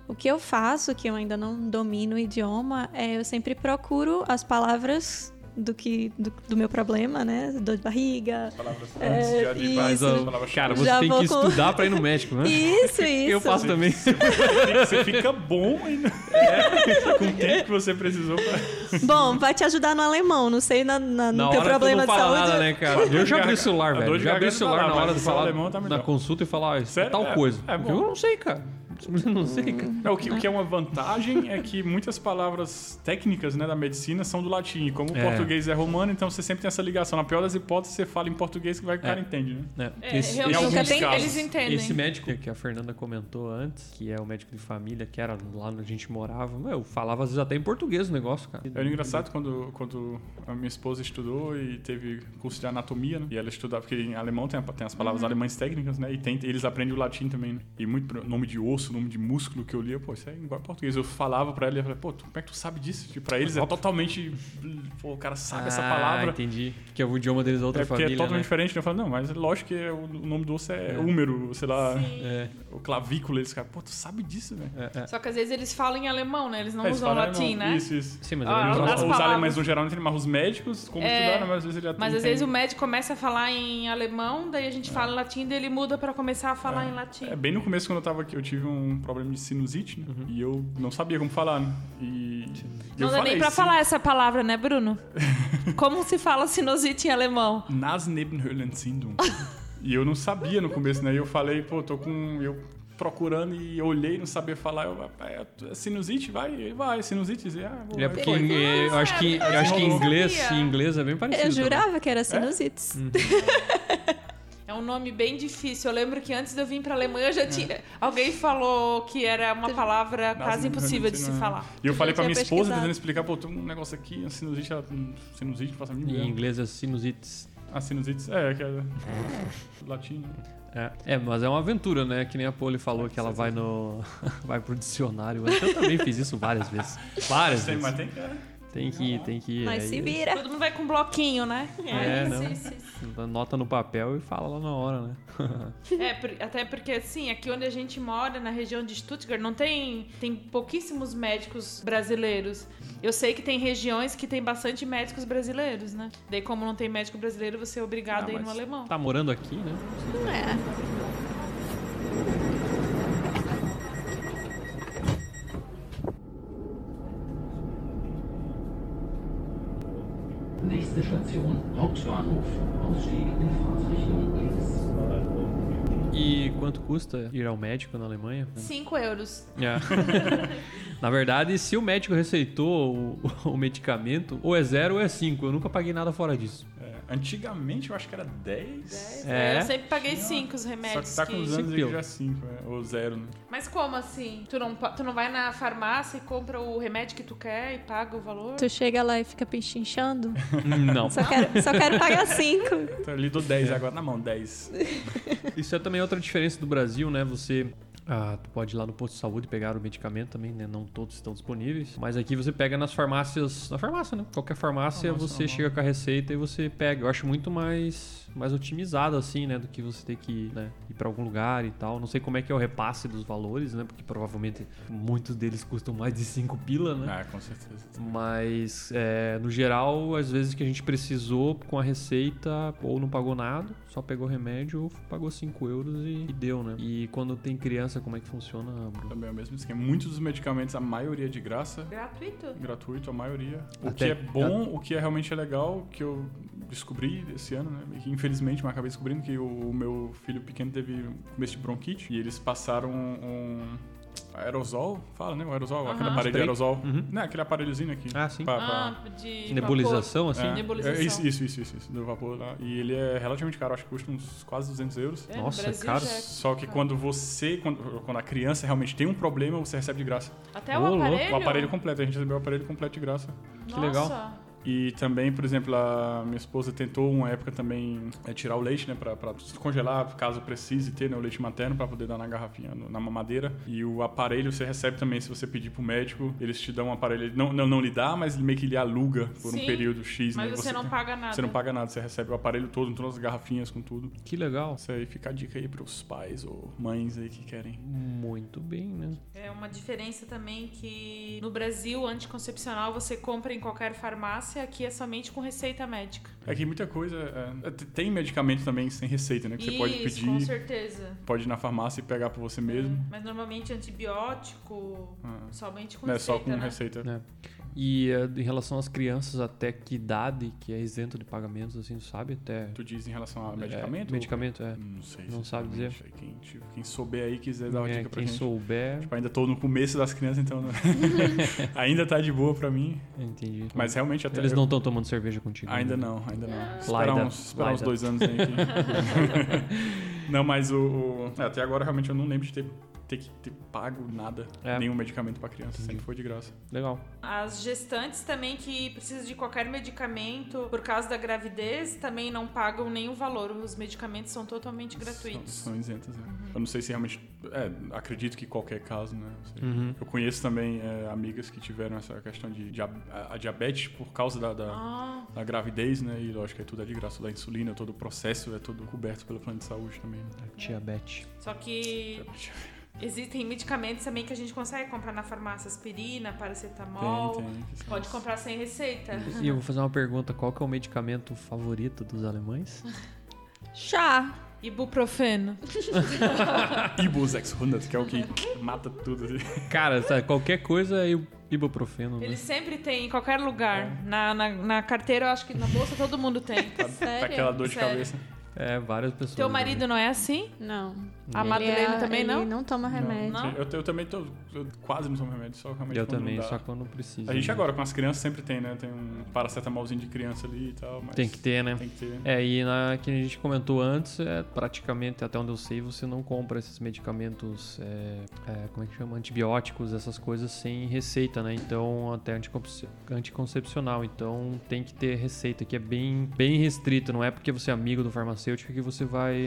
O que eu faço, que eu ainda não domino o idioma, é eu sempre procuro as palavras do que do, do meu problema, né? Dor de barriga. Palavras É, antes já de né? Mas, Isso. ó, palavras cara, você Já tem vou que com- estudar pra ir no médico, né? Isso, isso. Eu faço também. Você fica bom ainda. É, com o tempo que você precisou pra. Bom, vai te ajudar no alemão, não sei na, na, Na no teu hora problema tu não de fala saúde. nada, né, cara? Eu já abri o A celular, dor velho. de Já abri o garganta celular tá na lá, hora mas de o falar alemão tá melhor. na consulta e falar ah, isso é Sério? tal É, coisa. é bom. eu não sei, cara. Eu não sei, cara. É, o, que, o que é uma vantagem é que muitas palavras técnicas né, da medicina são do latim. E Como o É. português é romano, então você sempre tem essa ligação. Na pior das hipóteses, você fala em português que vai que o cara É. entende, né? né? É, Esse- realmente, em alguns eles- casos, eles entendem. Esse médico que a Fernanda comentou antes, que é o médico de família, que era lá onde a gente morava, meu, eu falava às vezes até em português o negócio, cara. Era É engraçado quando, quando a minha esposa estudou e teve curso de anatomia, né? E ela estudava, porque em alemão tem, a- tem as palavras alemães técnicas, né? E tem- eles aprendem o latim também, né? E muito pro- nome de osso, nome de músculo que eu lia, pô, isso é igual português. Eu falava pra ela e ela falava, pô, tu- como é que tu sabe disso? Tipo, pra eles é totalmente. Pô, o cara sabe essa Ah, palavra. entendi. Que é o idioma deles da outra É porque família, é totalmente né? diferente, né? Eu falo, não, mas lógico que o o nome do osso é, húmero, sei lá, É, o clavícula. Eles cara, pô, tu sabe disso, velho? é, é. Só que às vezes eles falam em alemão, né? Eles não Aí eles usam falam, "Ah, latim, não, né? Isso, isso. Sim, mas é Ah, era as Os, engraçado. os palavras- alemães no geral não entendem, mas os médicos, como É. estudaram, mas às vezes ele até Mas às entende. vezes o médico começa a falar em alemão, daí a gente fala em latim, daí ele muda pra começar a falar em latim. É, bem no começo, quando eu tava aqui, eu tive um problema de sinusite, né? Uhum. E eu não sabia como falar, né? E. e eu Não dá falei, nem pra sin- falar essa palavra, né, Bruno? Como se fala sinusite em alemão? Nasnebenhöhlen Syndrome. e eu não sabia no começo, né? E eu falei, pô, tô com. Eu procurando e olhei, não sabia falar. Eu, é, é sinusite? Vai, vai, sinusite. E, Ah, vou- É vai, porque vai. em- eh, eu acho que, eu acho que em inglês, em inglês é Uhum. bem parecido. Eu também. jurava que era sinusites. É um nome bem difícil. Eu lembro que antes de eu vir pra Alemanha, eu já tinha. Alguém falou que era uma palavra Nossa, quase não, impossível de não, se não. falar. E eu falei pra tinha minha esposa, pesquisado. tentando explicar, pô, tem um negócio aqui, uma sinusite, ela- um sinusite, não faço a mínima Em ideia. inglês é sinusites. A sinusite, é, que é latina. É. É, mas é uma aventura, né? Que nem a Poli falou que ela vai no. vai pro dicionário. Mas eu também fiz isso várias vezes. Várias Tem, mas vezes. tem que... é. Tem que ir, tem que ir. Mas Aí- se vira. Todo mundo vai com um bloquinho, né? É, não. Sim, sim, sim. Anota no papel e fala lá na hora, né? É, por- até porque, assim, aqui onde a gente mora, na região de Stuttgart, não tem, tem pouquíssimos médicos brasileiros. Eu sei que tem regiões que tem bastante médicos brasileiros, né? Daí, como não tem médico brasileiro, você é obrigado a ir mas no alemão. Tá morando aqui, né? É. Nächste Station, Hauptbahnhof. Ausstieg in Fahrtrichtung links. E quanto custa ir ao médico na Alemanha? 5 euros. É. Na verdade, se o médico receitou o, o medicamento, ou é zero ou é cinco. Eu nunca paguei nada fora disso. É, Antigamente eu acho que era 10. É. Eu sempre paguei 5 os Só remédios. que tá com que- os anos aí Pior. que já é 5, né? Ou 0, né? Mas como assim? Tu não, pa- tu não vai na farmácia e compra o remédio que tu quer e paga o valor? Tu chega lá e fica pechinchando. Não. Só quero, só quero pagar cinco. Então eu lhe dou 10 agora na mão, 10. Isso é também outra diferença do Brasil, né? Você. ah, tu pode ir lá no posto de saúde pegar o medicamento também, né? Não todos estão disponíveis. Mas aqui você pega nas farmácias. Na farmácia, né? Qualquer farmácia Farmácia você normal. chega com a receita e você pega. Eu acho muito mais, mais otimizado, assim, né? Do que você ter que né, ir pra algum lugar e tal. Não sei como é que é o repasse dos valores, né? Porque provavelmente muitos deles custam mais de 5 pila, né? Ah, com certeza. Mas, é, no geral, às vezes que a gente precisou com a receita, ou não pagou nada, só pegou remédio, ou pagou 5 euros e, e deu, né? E quando tem criança, como é que funciona, Bruno? Também é o mesmo esquema. Muitos dos medicamentos, a maioria é de graça, Gratuito? gratuito, a maioria. O Até- que é bom, o que é realmente legal, que eu descobri esse ano, né? E que infelizmente mas acabei descobrindo que o meu filho pequeno teve um começo de bronquite e eles passaram um. Aerosol, fala, né? O aerosol, aquele aparelho de Spray. Hum. aerosol. Não, aquele aparelhozinho aqui. Ah, sim. Pra- pra- Ah, de Nebulização, assim? É, Nebulização. é isso, isso, isso, isso, isso, do vapor lá. E ele é relativamente caro, acho que custa uns quase 200 euros. É, no Nossa, Brasil cara, já é Só que quando você, quando, quando a criança realmente tem um problema, você recebe de graça. Até Ô, o louco, o É um aparelho? O aparelho completo, a gente recebeu o aparelho completo de graça. Nossa. legal. E também, por exemplo, a minha esposa tentou uma época também é, tirar o leite, né, pra, pra congelar, caso precise ter, né, o leite materno pra poder dar na garrafinha, no- na mamadeira. E o aparelho você recebe também, se você pedir pro médico, eles te dão um aparelho, ele não, não, não lhe dá, mas ele meio que lhe aluga por um Sim, período X, Mas né. você, não tem- paga nada. Você não paga nada, você recebe o aparelho todo, em todas as garrafinhas, com tudo. É. Que legal. Isso aí fica a dica aí pros pais ou mães aí que querem. Muito bem, né? É uma diferença também que no Brasil, anticoncepcional você compra em qualquer farmácia, aqui é somente com receita médica. É que muita coisa. é, é, t- tem medicamento também sem receita, né? Que você pode Isso, com pedir, certeza. pode ir na farmácia e pegar pra você mesmo. Mas normalmente antibiótico, Ah. somente Hum. com Não é receita, só com né? receita. É. E eh, em relação às crianças, até que idade que é isento de pagamentos, assim, tu sabe? Até. Tu diz em relação a é, Ah, medicamento? medicamento, é. Não sei. Não sabe exatamente. Aí Quem, tipo, quem souber aí quiser dar uma É, dica pra quem gente. souber. Tipo, ainda tô no começo das crianças, então não- ainda tá de boa pra mim. Entendi. Mas realmente até. Eles não estão tomando cerveja contigo. Ainda né? não, ainda não. Laida, Esperar uns, esperar uns laida. dois anos aí. que- não, mas o, o- é, Até agora realmente eu não lembro de ter, ter que ter pago nada, É. nenhum medicamento pra criança. Sempre foi de graça. Legal. As gestantes também que precisam de qualquer medicamento por causa da gravidez também não pagam nenhum valor. Os medicamentos são totalmente gratuitos. Uhum. São, são isentas, né? Eu não sei se realmente. É, acredito que qualquer caso, né? Não sei. Uhum. Eu conheço também é, amigas que tiveram essa questão de, dia- a, a diabetes por causa da, da, Ah, da gravidez, né? E lógico, aí tudo é de graça, da insulina, todo o processo é todo coberto pelo plano de saúde também. né? Diabetes. só que existem medicamentos também que a gente consegue comprar na farmácia, aspirina, paracetamol. Tem, tem. Pode comprar sem receita. E eu vou fazer uma pergunta: qual que é o medicamento favorito dos alemães? Chá. Ibuprofeno. Ibus X 100, que é o que mata tudo. assim. Cara, sabe, qualquer coisa é ib- ibuprofeno, né? Ele sempre tem em qualquer É. lugar. Na, na, na carteira, eu acho que na bolsa todo mundo tem. Tá Sério? aquela dor de É Sério. cabeça. É, várias pessoas. né? Teu marido não é assim? Não. A Ele Madalena é- também ele não? não toma remédio. Não? Eu, eu também tô. Eu quase não tomo remédio, só realmente. Eu quando também, dá. só quando precisa. A gente né? agora, com as crianças, sempre tem, né? Tem um paracetamolzinho de criança ali e tal, mas. Tem que ter, né? Tem que ter. É, e na, que a gente comentou antes, é, praticamente, até onde eu sei, você não compra esses medicamentos, é, é, como é que chama? Antibióticos, essas coisas sem receita, né? Então, até anticoncep- anticoncepcional. Então, tem que ter receita, que é bem, bem restrito. Não é porque você é amigo do farmacêutico que você vai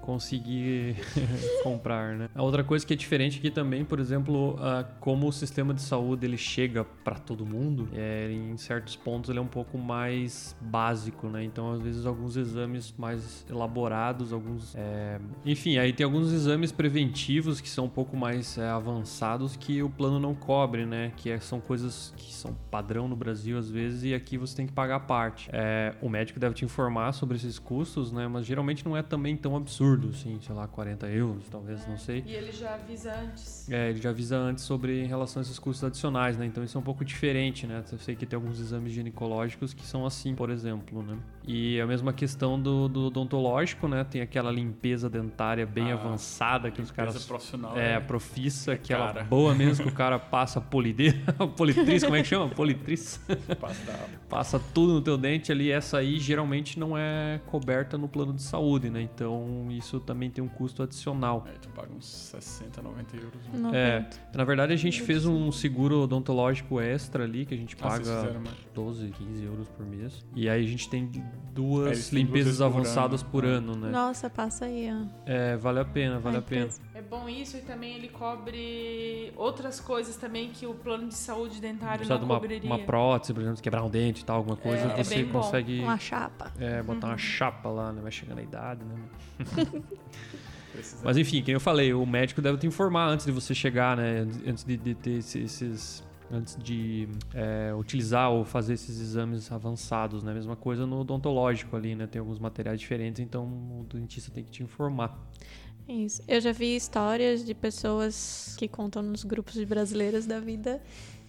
conseguir comprar, né? A outra coisa que é diferente aqui também, por exemplo, ah, como o sistema de saúde ele chega para todo mundo, é, em certos pontos ele é um pouco mais básico, né? Então, às vezes, alguns exames mais elaborados, alguns... é, Enfim, aí tem alguns exames preventivos que são um pouco mais é, avançados que o plano não cobre, né? Que é- são coisas que são padrão no Brasil, às vezes, e aqui você tem que pagar a parte. É, o médico deve te informar sobre esses custos, né? Mas geralmente não é também tão absurdo, assim, sei lá, 40 euros, talvez, não sei. E ele já avisa antes. É, ele já avisa antes sobre em relação a esses custos adicionais, né? Então isso é um pouco diferente, né? Eu sei que tem alguns exames ginecológicos que são assim, por exemplo, né? E a mesma questão do, do odontológico, né? Tem aquela limpeza dentária bem Ah, avançada que os caras Criança profissional. é, né? a profissa, aquela Cara. boa mesmo que o cara passa polideira, politriz, como é que chama? Politriz. Passar. passa tudo no teu dente ali, essa aí geralmente não é coberta no plano de saúde, né? Então isso também tem um custo adicional. Aí tu paga uns 60, 90 euros. né? Não. É, na verdade a gente fez um seguro odontológico extra ali que a gente Ah, vocês paga fizeram, mas- 12, 15 euros por mês. E aí a gente tem duas É, eles têm limpezas duas vezes por avançadas ano. por ano, né? Nossa, passa aí, ó. É, vale a pena, vale A a pena. empresa. É bom isso e também ele cobre outras coisas também que o plano de saúde dentário Precisar não de uma, cobriria. uma prótese, por exemplo, se quebrar um dente e tal, alguma coisa, é você bem bom. consegue Uma chapa. É, botar Uhum. uma chapa lá, né? Vai chegando a idade, né? Precisa. Mas enfim, quem eu falei, o médico deve te informar antes de você chegar, né? Antes de, de ter esse- esses. Antes de é, utilizar ou fazer esses exames avançados, né? Mesma coisa no odontológico ali, né? Tem alguns materiais diferentes, então o dentista tem que te informar. Isso. Eu já vi histórias de pessoas que contam nos grupos de brasileiras da vida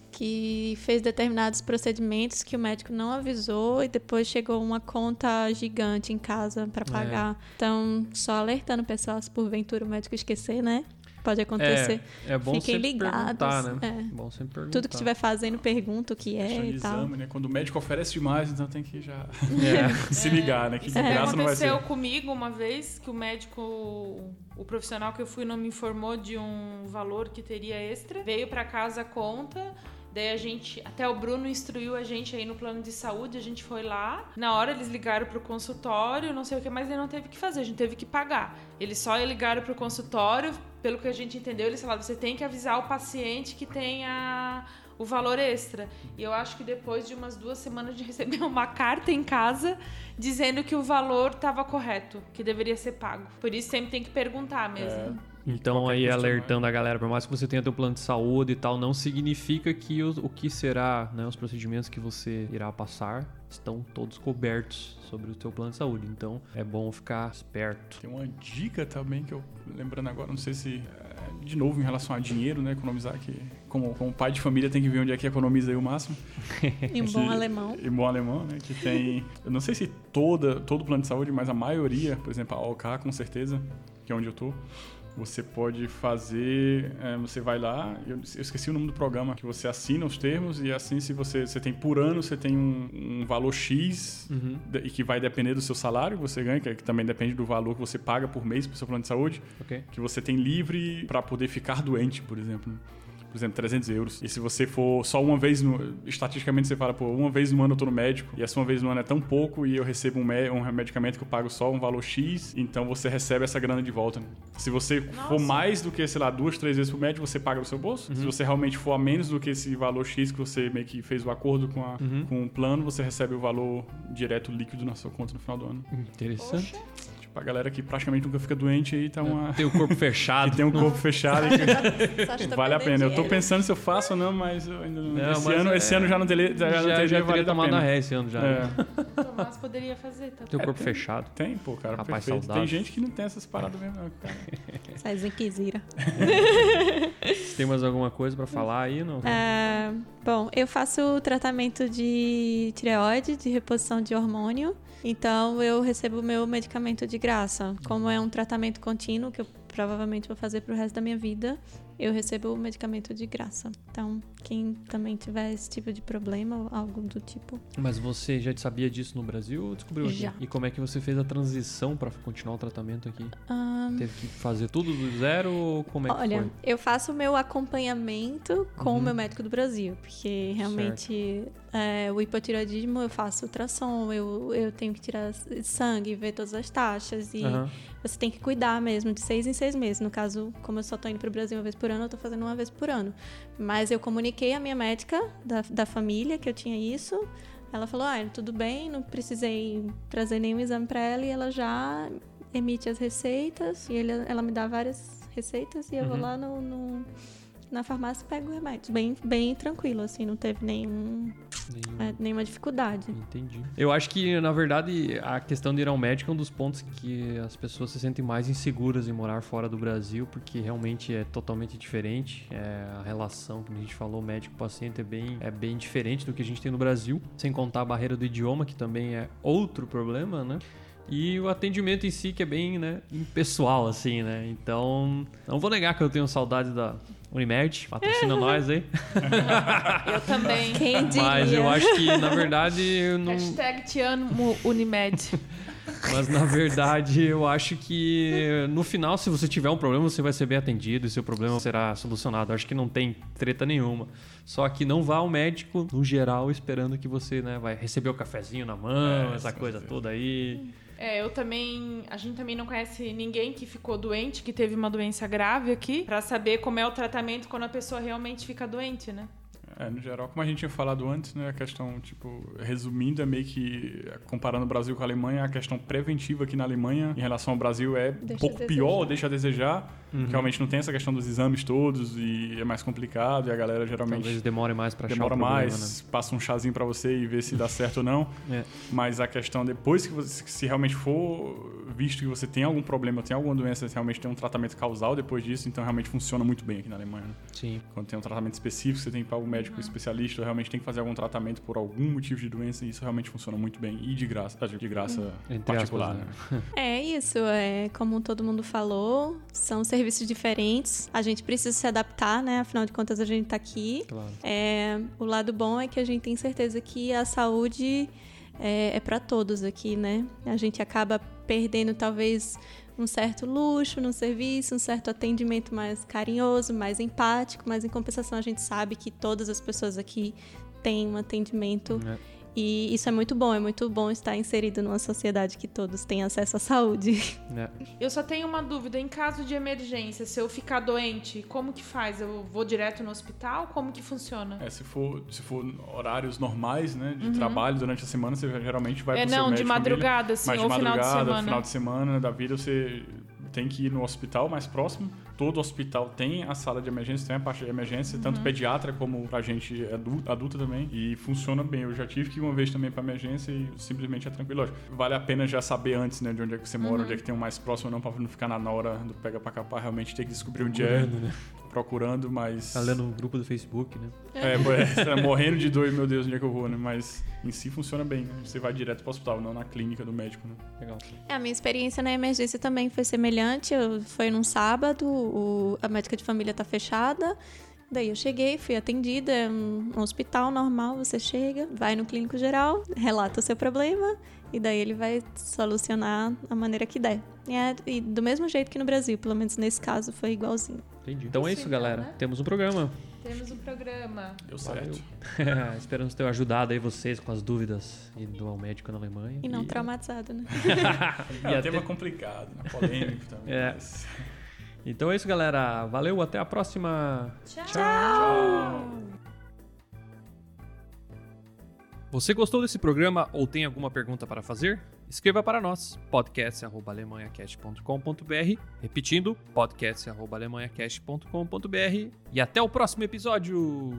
que fez determinados procedimentos que o médico não avisou e depois chegou uma conta gigante em casa É. pra pagar. Então, só alertando o pessoal se porventura o médico esquecer, né? Pode acontecer. É, é bom Fiquem sempre ligados, perguntar, né? é. Bom sempre perguntar. Tudo que estiver fazendo, pergunta o que é Questão de e tal. exame, né? Quando o médico oferece demais, então tem que já É. se ligar, né? Que de Isso graça não vai ser. aconteceu comigo uma vez que o médico, o profissional que eu fui não me informou de um valor que teria extra. Veio pra casa a conta. Daí a gente, até o Bruno instruiu a gente aí no plano de saúde, a gente foi lá. Na hora eles ligaram pro consultório, não sei o que, mas ele não teve o que fazer, a gente teve que pagar. Eles só ligaram pro consultório, pelo que a gente entendeu, eles falaram: você tem que avisar o paciente que tem a- o valor extra. E eu acho que depois de umas duas semanas de receber uma carta em casa dizendo que o valor estava correto, que deveria ser pago. Por isso sempre tem que perguntar mesmo. Então Qualquer aí custo, alertando a galera, por mais que você tenha teu plano de saúde e tal, não significa que o, o que será, né, os procedimentos que você irá passar estão todos cobertos sobre o teu plano de saúde. Então é bom ficar esperto. Tem uma dica também que eu lembrando agora, não sei se é, de novo em relação a dinheiro, né? Economizar que como, como pai de família tem que ver onde é que economiza aí o máximo. E um bom Que- alemão. E bom alemão, né? Que tem. Eu não sei se toda, todo o plano de saúde, mas a maioria, por exemplo, a OK, com certeza, que é onde eu tô. Você pode fazer. é, você vai lá, eu, eu esqueci o nome do programa, que você assina os termos e assim, se você, você tem por ano, você tem um, um valor X de- e que vai depender do seu salário que você ganha, que, é- que também depende do valor que você paga por mês pro seu plano de saúde Ok? que você tem livre para poder ficar doente, por exemplo. né? Por exemplo, 300 euros. E se você for só uma vez no. Estatisticamente você fala, pô, uma vez no ano eu tô no médico, e essa uma vez no ano é tão pouco, e eu recebo um, me- um medicamento que eu pago só um valor X, então você recebe essa grana de volta. né? Se você for mais do que, sei lá, duas, três vezes pro médico, você paga no seu bolso. Se você realmente for a menos do que esse valor X que você meio que fez o acordo com, a- com o plano, você recebe o valor direto líquido na sua conta no final do ano. Interessante. Tipo, a galera que praticamente nunca fica doente aí tá uma. Tem o corpo fechado. Que tem um corpo fechado e que Só estou Vale a pena. perdendo Eu tô dinheiro. pensando se eu faço ou não, mas eu ainda não. Não, esse, mas ano, é- esse ano já não dele, já, não já, teria já teria valido a tomado a pena. ré esse ano já. né? É. O Tomás poderia fazer, tá? Tem o corpo fechado. Tem, pô, cara, Rapaz perfeito. saudável. Tem gente que não tem essas paradas mesmo, não, cara. Sai Zinquizira. Tem mais alguma coisa pra falar aí? Não? É, bom, eu faço tratamento de tireoide, de reposição de hormônio. Então eu recebo o meu medicamento de graça. Como é um tratamento contínuo que eu provavelmente vou fazer pro resto da minha vida, eu recebo o medicamento de graça. Então, quem também tiver esse tipo de problema ou algo do tipo, Mas você já sabia disso no Brasil ou descobriu aqui? Já. E como é que você fez a transição pra continuar o tratamento aqui? ah, Teve que fazer tudo do zero ou como é que Olha, foi? Uhum. eu faço o meu acompanhamento com o meu médico do Brasil, porque realmente é, o hipotiroidismo eu faço ultrassom, eu, eu tenho que tirar s- sangue, ver todas as taxas e Aham. você tem que cuidar mesmo de seis em seis meses. No caso, como eu só tô indo pro Brasil uma vez por ano, eu tô fazendo uma vez por ano. Mas eu comuniquei à minha médica da, da família que eu tinha isso. Ela falou, ah, tudo bem, não precisei trazer nenhum exame pra ela e ela já emite as receitas e ele- ela me dá várias receitas e eu vou lá no, no- na farmácia e pego o remédio. Bem, bem tranquilo, assim, não teve nenhum, Nenhum- é, nenhuma dificuldade. Entendi. Eu acho que, na verdade, a questão de ir ao médico é um dos pontos que as pessoas se sentem mais inseguras em morar fora do Brasil, porque realmente é totalmente diferente. É, a relação, como a gente falou, médico-paciente é bem, é bem diferente do que a gente tem no Brasil, sem contar a barreira do idioma, que também é outro problema, né? E o atendimento em si, que é bem né, impessoal, assim, né? Então, não vou negar que eu tenho saudade da Unimed, patrocina nós aí. Eu também. Quem diria? Mas eu acho que, na verdade, eu não, Hashtag te amo Unimed. Mas na verdade, eu acho que no final, se você tiver um problema, você vai ser bem atendido e seu problema será solucionado. Eu Acho que não tem treta nenhuma. Só que não vá ao médico, no geral, esperando que você né, vai receber o cafezinho na mão, É, essa com coisa certeza. toda aí. É, eu também. A gente também não conhece ninguém que ficou doente, que teve uma doença grave aqui, pra saber como é o tratamento quando a pessoa realmente fica doente, né? É, no geral, como a gente tinha falado antes, né, a questão, tipo, resumindo, é meio que comparando o Brasil com a Alemanha, a questão preventiva aqui na Alemanha em relação ao Brasil é um Deixa a pouco desejar. pior, deixa a desejar. Uhum. que Realmente não tem essa questão dos exames todos e é mais complicado e a galera geralmente Talvez demore mais pra achar demora o problema, mais, passa um chazinho pra você e vê se dá certo ou não. né? Mas a questão depois que você, se realmente for visto que você tem algum problema, tem alguma doença, você realmente tem um tratamento causal depois disso, então realmente funciona muito bem aqui na Alemanha. né? É, sim. Quando tem um tratamento específico, você tem que pagar um Uhum. médico especialista, ou realmente tem que fazer algum tratamento por algum motivo de doença, e isso realmente funciona muito bem. E de graça, ah, de Uhum. graça Entre particular. aspas, né? né? É isso, é como todo mundo falou, são serviços diferentes. A gente precisa se adaptar, né? Afinal de contas, a gente tá aqui. Claro. É, o lado bom é que a gente tem certeza que a saúde é, é para todos aqui, né? A gente acaba perdendo talvez um certo luxo no serviço, um certo atendimento mais carinhoso, mais empático, mas em compensação a gente sabe que todas as pessoas aqui têm um atendimento É. e isso é muito bom, é muito bom estar inserido numa sociedade que todos têm acesso à saúde. né? Eu só tenho uma dúvida: em caso de emergência, se eu ficar doente, como que faz? Eu vou direto no hospital? Como que funciona? É, se for, se for horários normais, né, de trabalho durante a semana, você geralmente vai Uhum. É, pro seu não, de médico família, madrugada, assim, mas de ou final de madrugada, semana. final de semana da vida, você tem que ir no hospital mais próximo. Todo hospital tem a sala de emergência, tem a parte de emergência, tanto Uhum. pediatra como pra gente adulta, adulta também. E funciona bem. Eu já tive que ir uma vez também pra emergência e simplesmente é tranquilo. Lógico, vale a pena já saber antes, né, de onde é que você mora, Uhum. onde é que tem o mais próximo, não, pra não ficar na, na hora do pega pra capar, realmente ter que descobrir onde é, Procurando, né? procurando, mas... Tá lendo o grupo do Facebook, né? É, pô, é, você tá morrendo de dor, meu Deus, onde é que eu vou, né? Mas em si funciona bem. né? Você vai direto pro hospital, não na clínica do médico, né? Legal. A minha experiência na emergência também foi semelhante. Eu, foi num sábado, o- a médica de família tá fechada. Daí eu cheguei, fui atendida, é um, um hospital normal, você chega, vai no clínico geral, relata o seu problema e daí ele vai solucionar a maneira que der. E, é- e do mesmo jeito que no Brasil, pelo menos nesse caso foi igualzinho. Entendi. Então é Isso isso, então, galera. né? Temos um programa. Temos um programa. Deu Valeu. certo. Esperamos ter ajudado aí vocês com as dúvidas e do ao médico na Alemanha. E não traumatizado, né? É, e um até- tema complicado, né? Polêmico também. É. mas- Então é isso, galera. Valeu, até a próxima. Você gostou desse programa ou tem alguma pergunta para fazer? Escreva para nós, podcast.alemanhacast.com.br. Repetindo, podcast.alemanhacast.com.br. E até o próximo episódio!